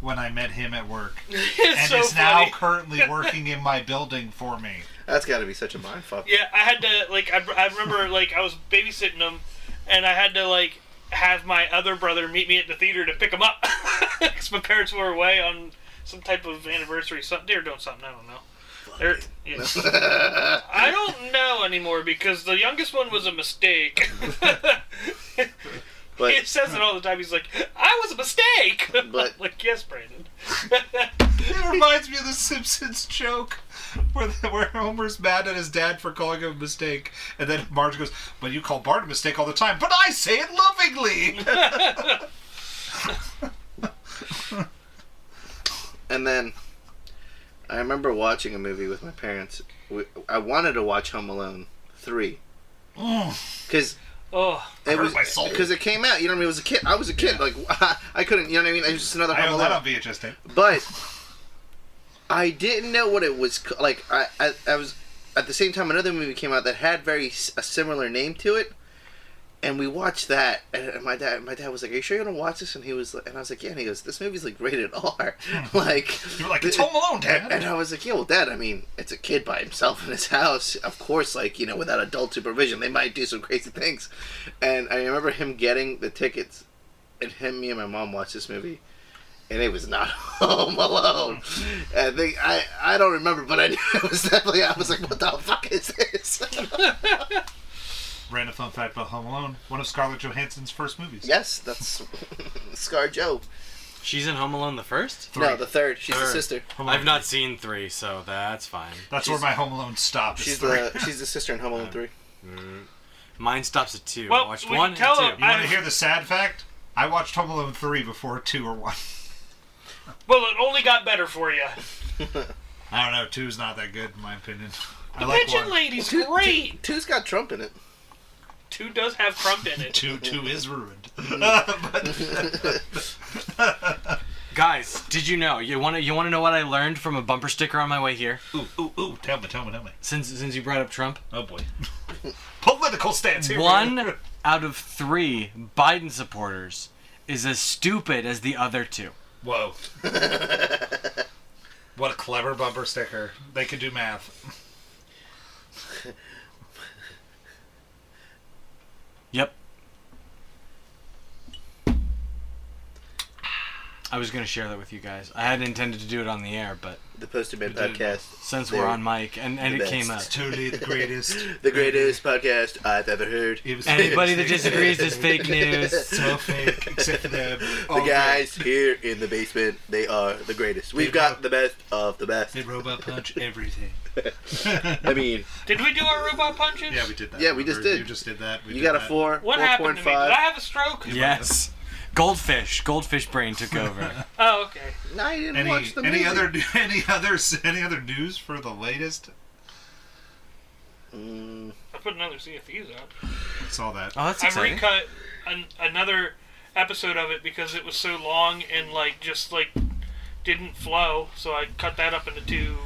S2: when I met him at work,
S1: it's
S2: and
S1: so
S2: is now
S1: funny.
S2: <laughs> currently working in my building for me.
S3: That's got to be such a mindfuck.
S1: Yeah, I had to like I, I remember like I was babysitting him, and I had to like have my other brother meet me at the theater to pick him up <laughs> because my parents were away on some type of anniversary. Something they were doing something I don't know. They're- yeah.
S3: <laughs>
S1: I don't know anymore because the youngest one was a mistake. <laughs>
S3: But
S1: he says it all the time. He's like, "I was a mistake." <laughs>
S3: But-
S1: like, yes, Brandon. <laughs>
S2: It reminds me of the Simpsons joke where where Homer's mad at his dad for calling him a mistake, and then Marge goes, "But you call Bart a mistake all the time." But I say it <laughs> lovingly.
S3: and then I remember watching a movie with my parents. We, I wanted to watch Home Alone three because
S1: oh,
S3: it
S2: Mm. Hurt
S3: was
S2: my soul.
S3: because it came out. You know what I mean? It was a kid. I was a kid. Like <laughs> I couldn't. You know what I mean? It was just another
S2: I
S3: Home
S2: own that
S3: Alone.
S2: on VHS tape.
S3: But I didn't know what it was c- like. I, I I was at the same time another movie came out that had very s- a similar name to it, and we watched that. And and my dad my dad was like, "Are you sure you want to watch this?" And he was like- and I was like, "Yeah." And he goes, "This movie's like rated R." <laughs> like
S2: You were like, "It's Home Alone,
S3: and, and
S2: Dad."
S3: I was like, yeah, well, Dad, I mean, it's a kid by himself in his house. Of course, like, you know, without adult supervision, they might do some crazy things. And I remember him getting the tickets, and him, me, and my mom watched this movie, and it was not <laughs> Home Alone. And they, I, I don't remember, but I knew <laughs> it was definitely, I was like, what the fuck is this?
S2: Random fun fact about Home Alone: one of Scarlett Johansson's first movies.
S3: yes, that's Scar Joe.
S4: She's in Home Alone the first.
S3: No, the third. She's the
S4: Third.
S3: sister.
S2: Home Alone
S4: I've not seen three, so that's fine.
S2: That's
S3: she's-
S2: where my Home Alone stopped.
S3: She's
S2: She's three.
S3: the, she's the sister in Home Alone 3.
S4: Mine stops at two.
S1: Well,
S4: I watched
S1: we can
S4: one
S1: tell
S4: and
S1: them-
S4: two.
S2: You want
S1: I-
S2: to hear the sad fact? I watched Home Alone three before two or one. <laughs>
S1: well, it only got better for you.
S2: I don't know. Two's not that good in my opinion. I like
S1: Pigeon
S2: one.
S1: Lady's great.
S3: Two's got Trump in it.
S1: Two does have Trump in it.
S2: Two two is ruined.
S4: Guys, did you know? You want to you want to know what I learned from a bumper sticker on my way here?
S2: ooh ooh ooh! Tell me, tell me, tell me.
S4: Since since you brought up Trump,
S2: Oh boy. <laughs> Political stance here.
S4: one out of three Biden supporters is as stupid as the other two. <laughs>
S2: Whoa. what a clever bumper sticker. They could do math.
S4: Yep. I was gonna share that with you guys. I hadn't intended to do it on the air, but
S3: The Poster Man
S2: did.
S3: podcast.
S4: since
S3: There.
S4: we're on mic and, and
S3: The
S4: it came up.
S3: best.
S2: Totally the greatest.
S3: <laughs> The greatest podcast I've ever heard.
S2: It was <laughs>
S4: Anybody that disagrees is fake news.
S2: so fake, except for oh, them.
S3: <laughs> The guys here in the basement, they are the greatest. We've got the best of the best.
S2: Did robot punch everything?
S3: I mean,
S1: Did we do our robot punches?
S2: Yeah, we did that.
S3: Yeah, we just
S2: Remember,
S3: did.
S2: You just did that. We
S3: you
S2: did
S3: got a
S2: that.
S3: four,
S1: What
S3: four
S1: happened
S3: point
S1: to me? Did I
S3: five.
S1: have a stroke?
S4: Yes. Goldfish. Goldfish brain took over.
S1: Oh, okay.
S3: No, I didn't
S2: Any
S3: watch the
S2: any
S3: movie.
S2: other <laughs> any other any other news for the latest?
S3: Mm,
S1: I put another CFUs out.
S2: Saw that.
S4: Oh, that's
S1: I
S4: exciting.
S1: recut an, another episode of it because it was so long and like just like didn't flow. So I cut that up into two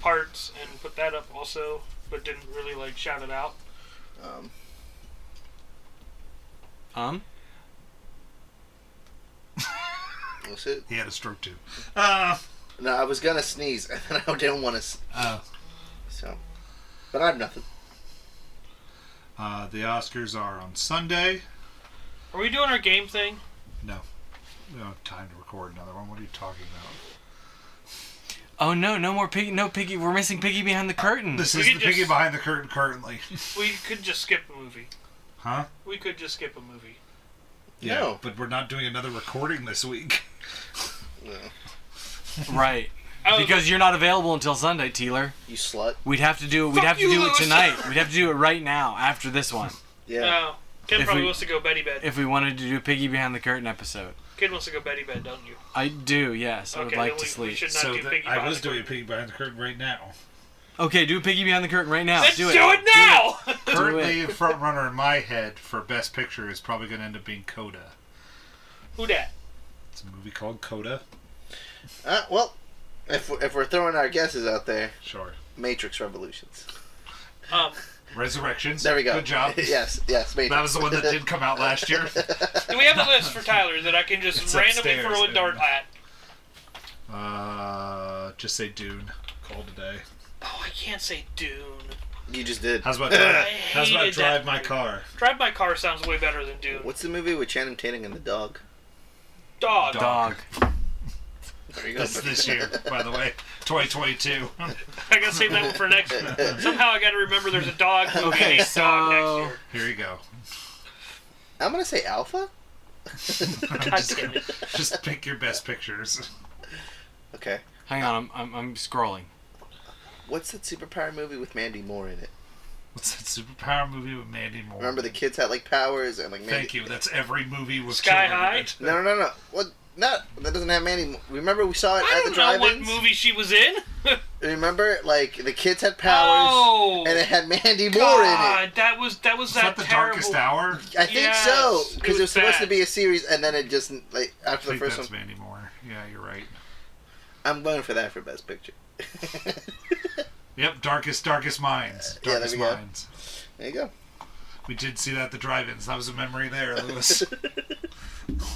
S1: parts and put that up also, but didn't really like shout it out.
S3: um,
S4: um.
S3: that's it.
S2: He had a stroke too. Uh,
S3: No, I was gonna sneeze, <laughs> and then I didn't want to.
S2: uh,
S3: So, but I have nothing.
S2: uh, the Oscars are on Sunday.
S1: Are we doing our game thing?
S2: No, we don't have time to record another one. What are you talking about?
S4: Oh no, no more piggy. No piggy. We're missing piggy behind the curtain.
S2: This
S1: We
S2: is the
S1: could
S2: piggy
S1: just-
S2: behind the curtain currently, <laughs>
S1: We could just skip a movie.
S2: huh?
S1: We could just skip a movie.
S3: No.
S2: but we're not doing another recording
S1: <laughs>
S2: this week.
S4: right.
S1: Oh,
S4: Because you're not available until Sunday, Teeler.
S3: You slut.
S4: We'd have to do. We'd
S1: Fuck
S4: have to
S1: you,
S4: do it
S1: Lewis.
S4: tonight.
S1: <laughs>
S4: We'd have to do it right now after this one.
S3: Yeah.
S1: no. Ken
S4: If
S1: probably
S4: we-
S1: wants to go Betty Bed.
S4: If we wanted to do piggy behind the curtain episode,
S1: Kid wants to go Betty Bed, don't you?
S4: I do. Yes, I would
S1: Okay,
S4: like
S1: then
S4: to
S1: we- we
S4: sleep.
S1: should not
S2: so
S1: do
S2: that-
S1: Piggy
S2: I
S1: Behind
S2: was
S1: the
S2: doing
S1: Curtain.
S2: piggy behind the curtain right now.
S4: Okay, do piggy behind the curtain right now.
S1: Let's
S4: do it.
S1: now. <laughs>
S4: Do it.
S2: currently front runner in my head for best picture is probably going to end up being Coda.
S1: Who dat?
S2: It's a movie called Coda.
S1: Oh.
S3: Uh, well, if we're, if we're throwing our guesses out there,
S2: Sure.
S3: Matrix Revolutions.
S1: Um,
S2: Resurrections.
S3: There we go.
S2: Good
S3: <laughs>
S2: job.
S3: yes, yes, Matrix.
S2: That was the one
S3: <laughs>
S2: that did come out last year.
S1: do we
S4: <laughs>
S1: have a list for Tyler that I can just
S2: It's
S1: randomly
S2: upstairs,
S1: throw a dart
S2: man.
S1: at?
S2: Uh, just say Dune. Call today.
S1: Oh, I can't say Dune.
S3: You just did.
S2: How's
S1: <laughs>
S2: about
S1: I
S2: drive, how's
S1: hated
S2: about
S1: that
S2: drive my
S1: movie.
S2: car?
S1: Drive my car sounds way better than Dune.
S3: <laughs> What's the movie with Channing Tatum and the dog?
S1: Dog.
S4: Dog.
S3: There you go.
S2: That's this year,
S3: <laughs>
S2: by the way, 2022.
S1: <laughs> I gotta save that one for next
S4: <laughs>
S1: year. Somehow I gotta remember there's a dog movie
S4: Okay,
S1: named Dog
S4: so-
S1: next year.
S2: <laughs> Here you
S1: <laughs>
S2: go.
S3: I'm gonna
S2: <laughs>
S3: say Alpha.
S2: just,
S1: damn it.
S2: just pick your best pictures.
S3: Okay.
S4: Hang on, I'm, I'm, I'm scrolling.
S3: What's that superpower movie with Mandy Moore in it?
S2: What's that superpower movie with Mandy Moore?
S3: Remember the kids had like powers and like Mandy.
S2: Thank you. That's every movie with
S1: Sky
S2: children in it.
S3: No, no, no, no. What? Not that doesn't have Mandy. Moore. Remember we saw it
S1: I
S3: at the
S1: don't know what
S3: drive-ins.
S1: movie she was in.
S3: Remember, like the kids had powers
S1: oh,
S3: and it had Mandy Moore in it.
S1: God, that was that was
S2: Is
S1: that
S2: that the
S1: terrible.
S2: darkest hour?
S3: I think
S1: Yes,
S3: so
S1: it
S3: because
S1: was
S3: it was supposed
S1: bad.
S3: to be a series, and then it just like
S2: I
S3: after the
S2: think
S3: first one.
S2: that's Mandy Moore. Yeah, you're right.
S3: I'm going for that for best picture. <laughs>
S2: Yep, Darkest Darkest Minds.
S3: Yeah, there
S2: Darkest
S3: we go.
S2: Minds.
S3: there you go.
S2: We did see that at the drive-ins. That was a memory there,
S3: <laughs>
S2: Lewis.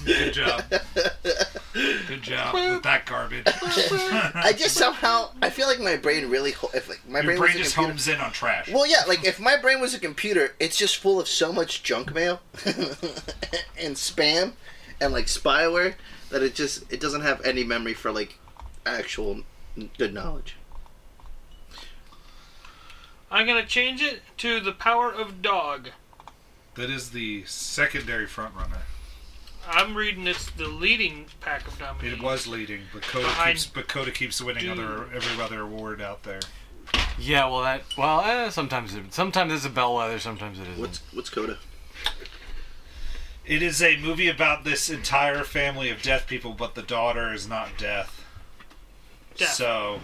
S2: Good job. Good job with that garbage.
S3: <laughs> I just somehow I feel like my brain really ho- if like my
S2: Your
S3: brain,
S2: brain
S3: was a
S2: just
S3: computer.
S2: homes in on trash.
S3: Well, yeah, like if my brain was a computer, it's just full of so much junk mail <laughs> and spam and like spyware that it just it doesn't have any memory for like actual n- good knowledge.
S1: I'm gonna change it to the power of dog.
S2: That is the secondary front runner.
S1: I'm reading it's the leading pack of nominees.
S2: It was leading, but Coda
S1: Behind
S2: keeps but Coda keeps winning
S1: Dune.
S2: other every other award out there.
S4: Yeah, well, that. Well, eh, sometimes it, sometimes it's a bellwether, sometimes it isn't.
S3: What's what's Coda?
S2: It is a movie about this entire family of deaf people, but the daughter is not deaf.
S1: Deaf.
S2: So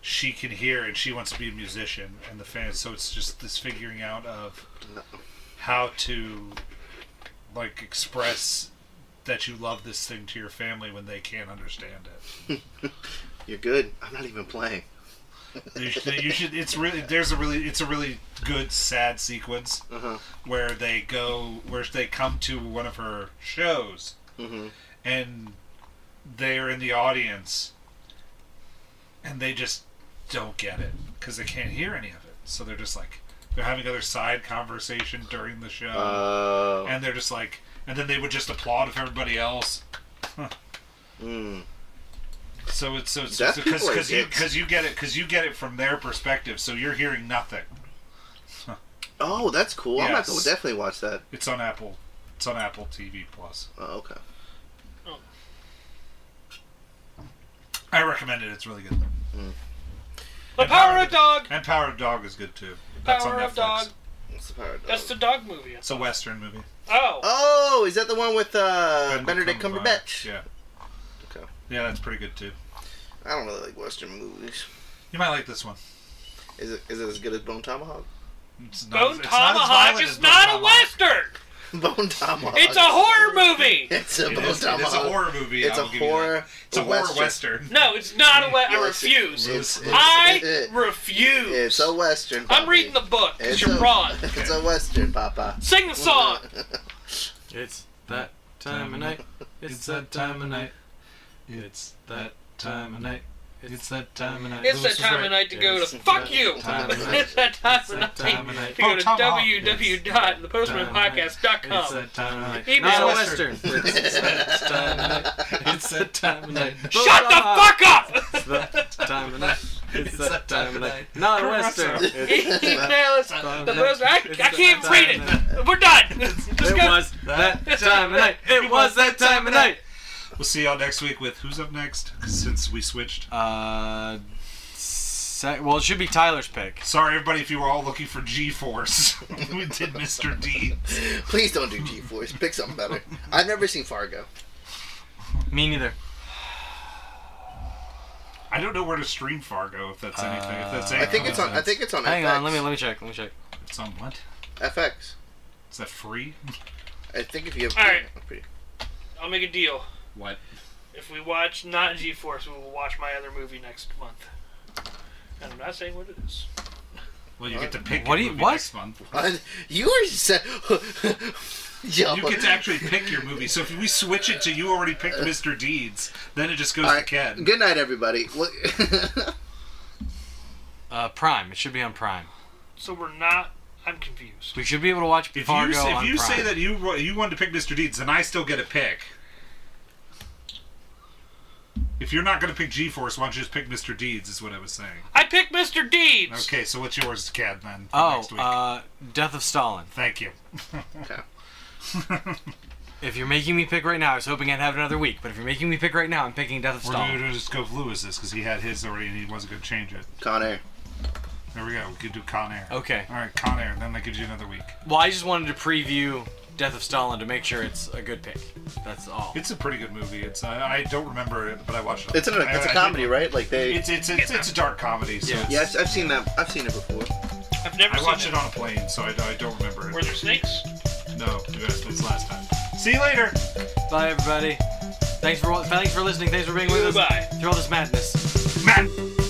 S2: she can hear and she wants to be a musician and the fan so it's just this figuring out of how to like express that you love this thing to your family when they can't understand it.
S3: You're good. I'm not even playing.
S2: You should, you should it's really there's a really it's a really good sad sequence
S3: Uh-huh.
S2: where they go where they come to one of her shows
S3: Mm-hmm.
S2: and they're in the audience and they just don't get it because they can't hear any of it so they're just like they're having other side conversation during the show
S3: Oh.
S2: and they're just like and then they would just applaud if everybody else
S3: Mm.
S2: so it's so it's
S3: Deaf
S2: because
S3: people are
S2: because you
S3: dicks.
S2: because you get it because you get it from their perspective so you're hearing nothing
S3: Oh, that's cool. I'm not
S2: Yes.
S3: gonna definitely watch that.
S2: it's on apple it's on apple tv plus
S3: Oh, okay.
S2: i recommend it it's really good
S1: the power of dog.
S2: and power of dog is good too
S1: Power of Dog.
S3: What's the power of
S1: That's the
S3: dog?
S1: dog movie.
S2: it's a western movie
S1: Oh,
S3: Oh, is that the one with uh, Benedict Cumberbatch?
S2: yeah
S3: Okay.
S2: yeah that's pretty good too
S3: I don't really like Western movies.
S2: You might like this one.
S3: Is it is it as good as Bone Tomahawk? <laughs>
S2: It's not,
S1: Bone
S2: it's not as
S1: Tomahawk
S2: violent
S1: is
S2: as
S1: not a
S2: Bone
S1: western.
S3: Bone Tomahawk.
S1: It's a horror movie.
S3: Uh, It's a
S2: Tomahawk. It
S3: Bone
S2: is, it
S3: Tomahawk.
S2: is a horror movie.
S3: It's
S2: I
S3: a
S2: will give you that.
S3: horror.
S2: It's a horror western.
S1: No, it's not a western. I
S3: Yes,
S1: refuse.
S3: it- It's, it's,
S1: I
S3: it-
S1: refuse.
S3: it's a western.
S1: I'm
S3: Poppy.
S1: reading
S3: <laughs>
S1: the book 'cause
S3: It's
S1: you're
S3: a,
S1: wrong.
S3: It's a western, Papa.
S1: Sing the <laughs> song.
S4: It's that time of night. It's that time of night. It's that time of night. It's that time of night.
S1: It's that
S4: Lewis was
S1: time
S4: right.
S1: of night to go to
S4: It's
S1: fuck
S4: that
S1: you.
S4: time of night.
S1: <laughs> It's that time
S4: It's
S1: of
S4: that time of
S1: night
S4: night.
S1: to go to
S2: Oh, Tom Hawk.
S4: It's
S1: www.thepostermanpodcast.com.
S4: that time of night.
S1: Email
S4: Not a
S1: us.
S4: western. It's that time of night. It's that time of night.
S1: <laughs> Shut the fuck up!
S4: That time of night. It's that time of night. Not a western. It's
S1: Email us.
S4: time
S1: The
S4: of night.
S1: post- I,
S4: It's
S1: I
S4: that
S1: can't
S4: time
S1: read
S4: of night.
S1: it. We're done. Let's
S4: It
S1: go.
S4: was that time of night. It was that time of night.
S2: We'll see y'all next week with Who's Up Next? Since we switched.
S4: Uh, sec- well, it should be Tyler's pick.
S2: Sorry, everybody, if you were all looking for G Force. <laughs> we did Mr. D.
S3: Please don't do G Force. Pick something better. I've never seen Fargo.
S4: Me neither.
S2: I don't know where to stream Fargo, if that's anything. If that's
S4: Uh,
S2: anything
S3: I think it's on. I think it's on.
S4: Hang
S3: FX.
S4: on, let me let me check. Let me check.
S2: It's on what?
S3: FX.
S2: Is that free?
S3: I think if you have.
S1: All right.
S3: I'm pretty-
S1: I'll make a deal.
S5: What?
S1: If we watch not G Force, we will watch my other movie next month. And I'm not saying what it is.
S2: Well, you get to pick.
S4: What
S2: your
S4: do you-
S2: movie
S4: what?
S2: Next month.
S3: Uh, <laughs> you are set. Yo,
S2: You get to actually pick your movie. So if we switch it to you already
S3: Uh,
S2: picked Mr. Deeds, then it just goes
S3: All
S2: to
S3: right.
S2: Ken.
S3: Good night, everybody. Look-
S4: Uh, Prime. It should be on Prime.
S1: So we're not. I'm confused.
S4: We should be able to watch
S2: If
S4: Fargo
S2: you, say- if
S4: on
S2: you
S4: Prime.
S2: say that you wa- you wanted to pick Mr. Deeds, then I still get a pick. If you're not going to pick G-Force, why don't you just pick Mr. Deeds? Is what I was saying.
S1: I picked Mr. Deeds.
S2: Okay, so what's yours, Cad? Then for
S4: oh,
S2: next week?
S4: uh, Death of Stalin.
S2: Thank you.
S4: If you're making me pick right now, I was hoping I'd have another week. But if you're making me pick right now, I'm picking Death of
S2: We're
S4: Stalin.
S2: going to just go with Lewis's because he had his already and he wasn't going to change it.
S3: <laughs> Con Air.
S2: There we go. We could do Con Air.
S4: Okay.
S2: All right, Con Air. Then that gives you another week.
S4: Well, I just wanted to preview Death of Stalin to make sure it's a good pick. That's all.
S2: It's a pretty good movie. It's I, I don't remember it, but I watched it.
S3: It's a
S2: I-
S3: it's
S2: I
S3: a
S2: did-
S3: comedy, right? Like they.
S2: It's it's it's, it's a dark comedy. So
S4: Yeah.
S2: it's-
S3: Yeah, I've, I've seen that. I've seen it before.
S1: I've never
S2: I
S1: seen
S2: watched
S1: that.
S2: it on a plane, so I, I don't remember it.
S1: Were there snakes?
S2: No, that's that's last time. See you later.
S4: Bye, everybody. Thanks for wa- thanks for listening. Thanks for being with
S1: Goodbye.
S4: us through all this madness.
S2: Matt.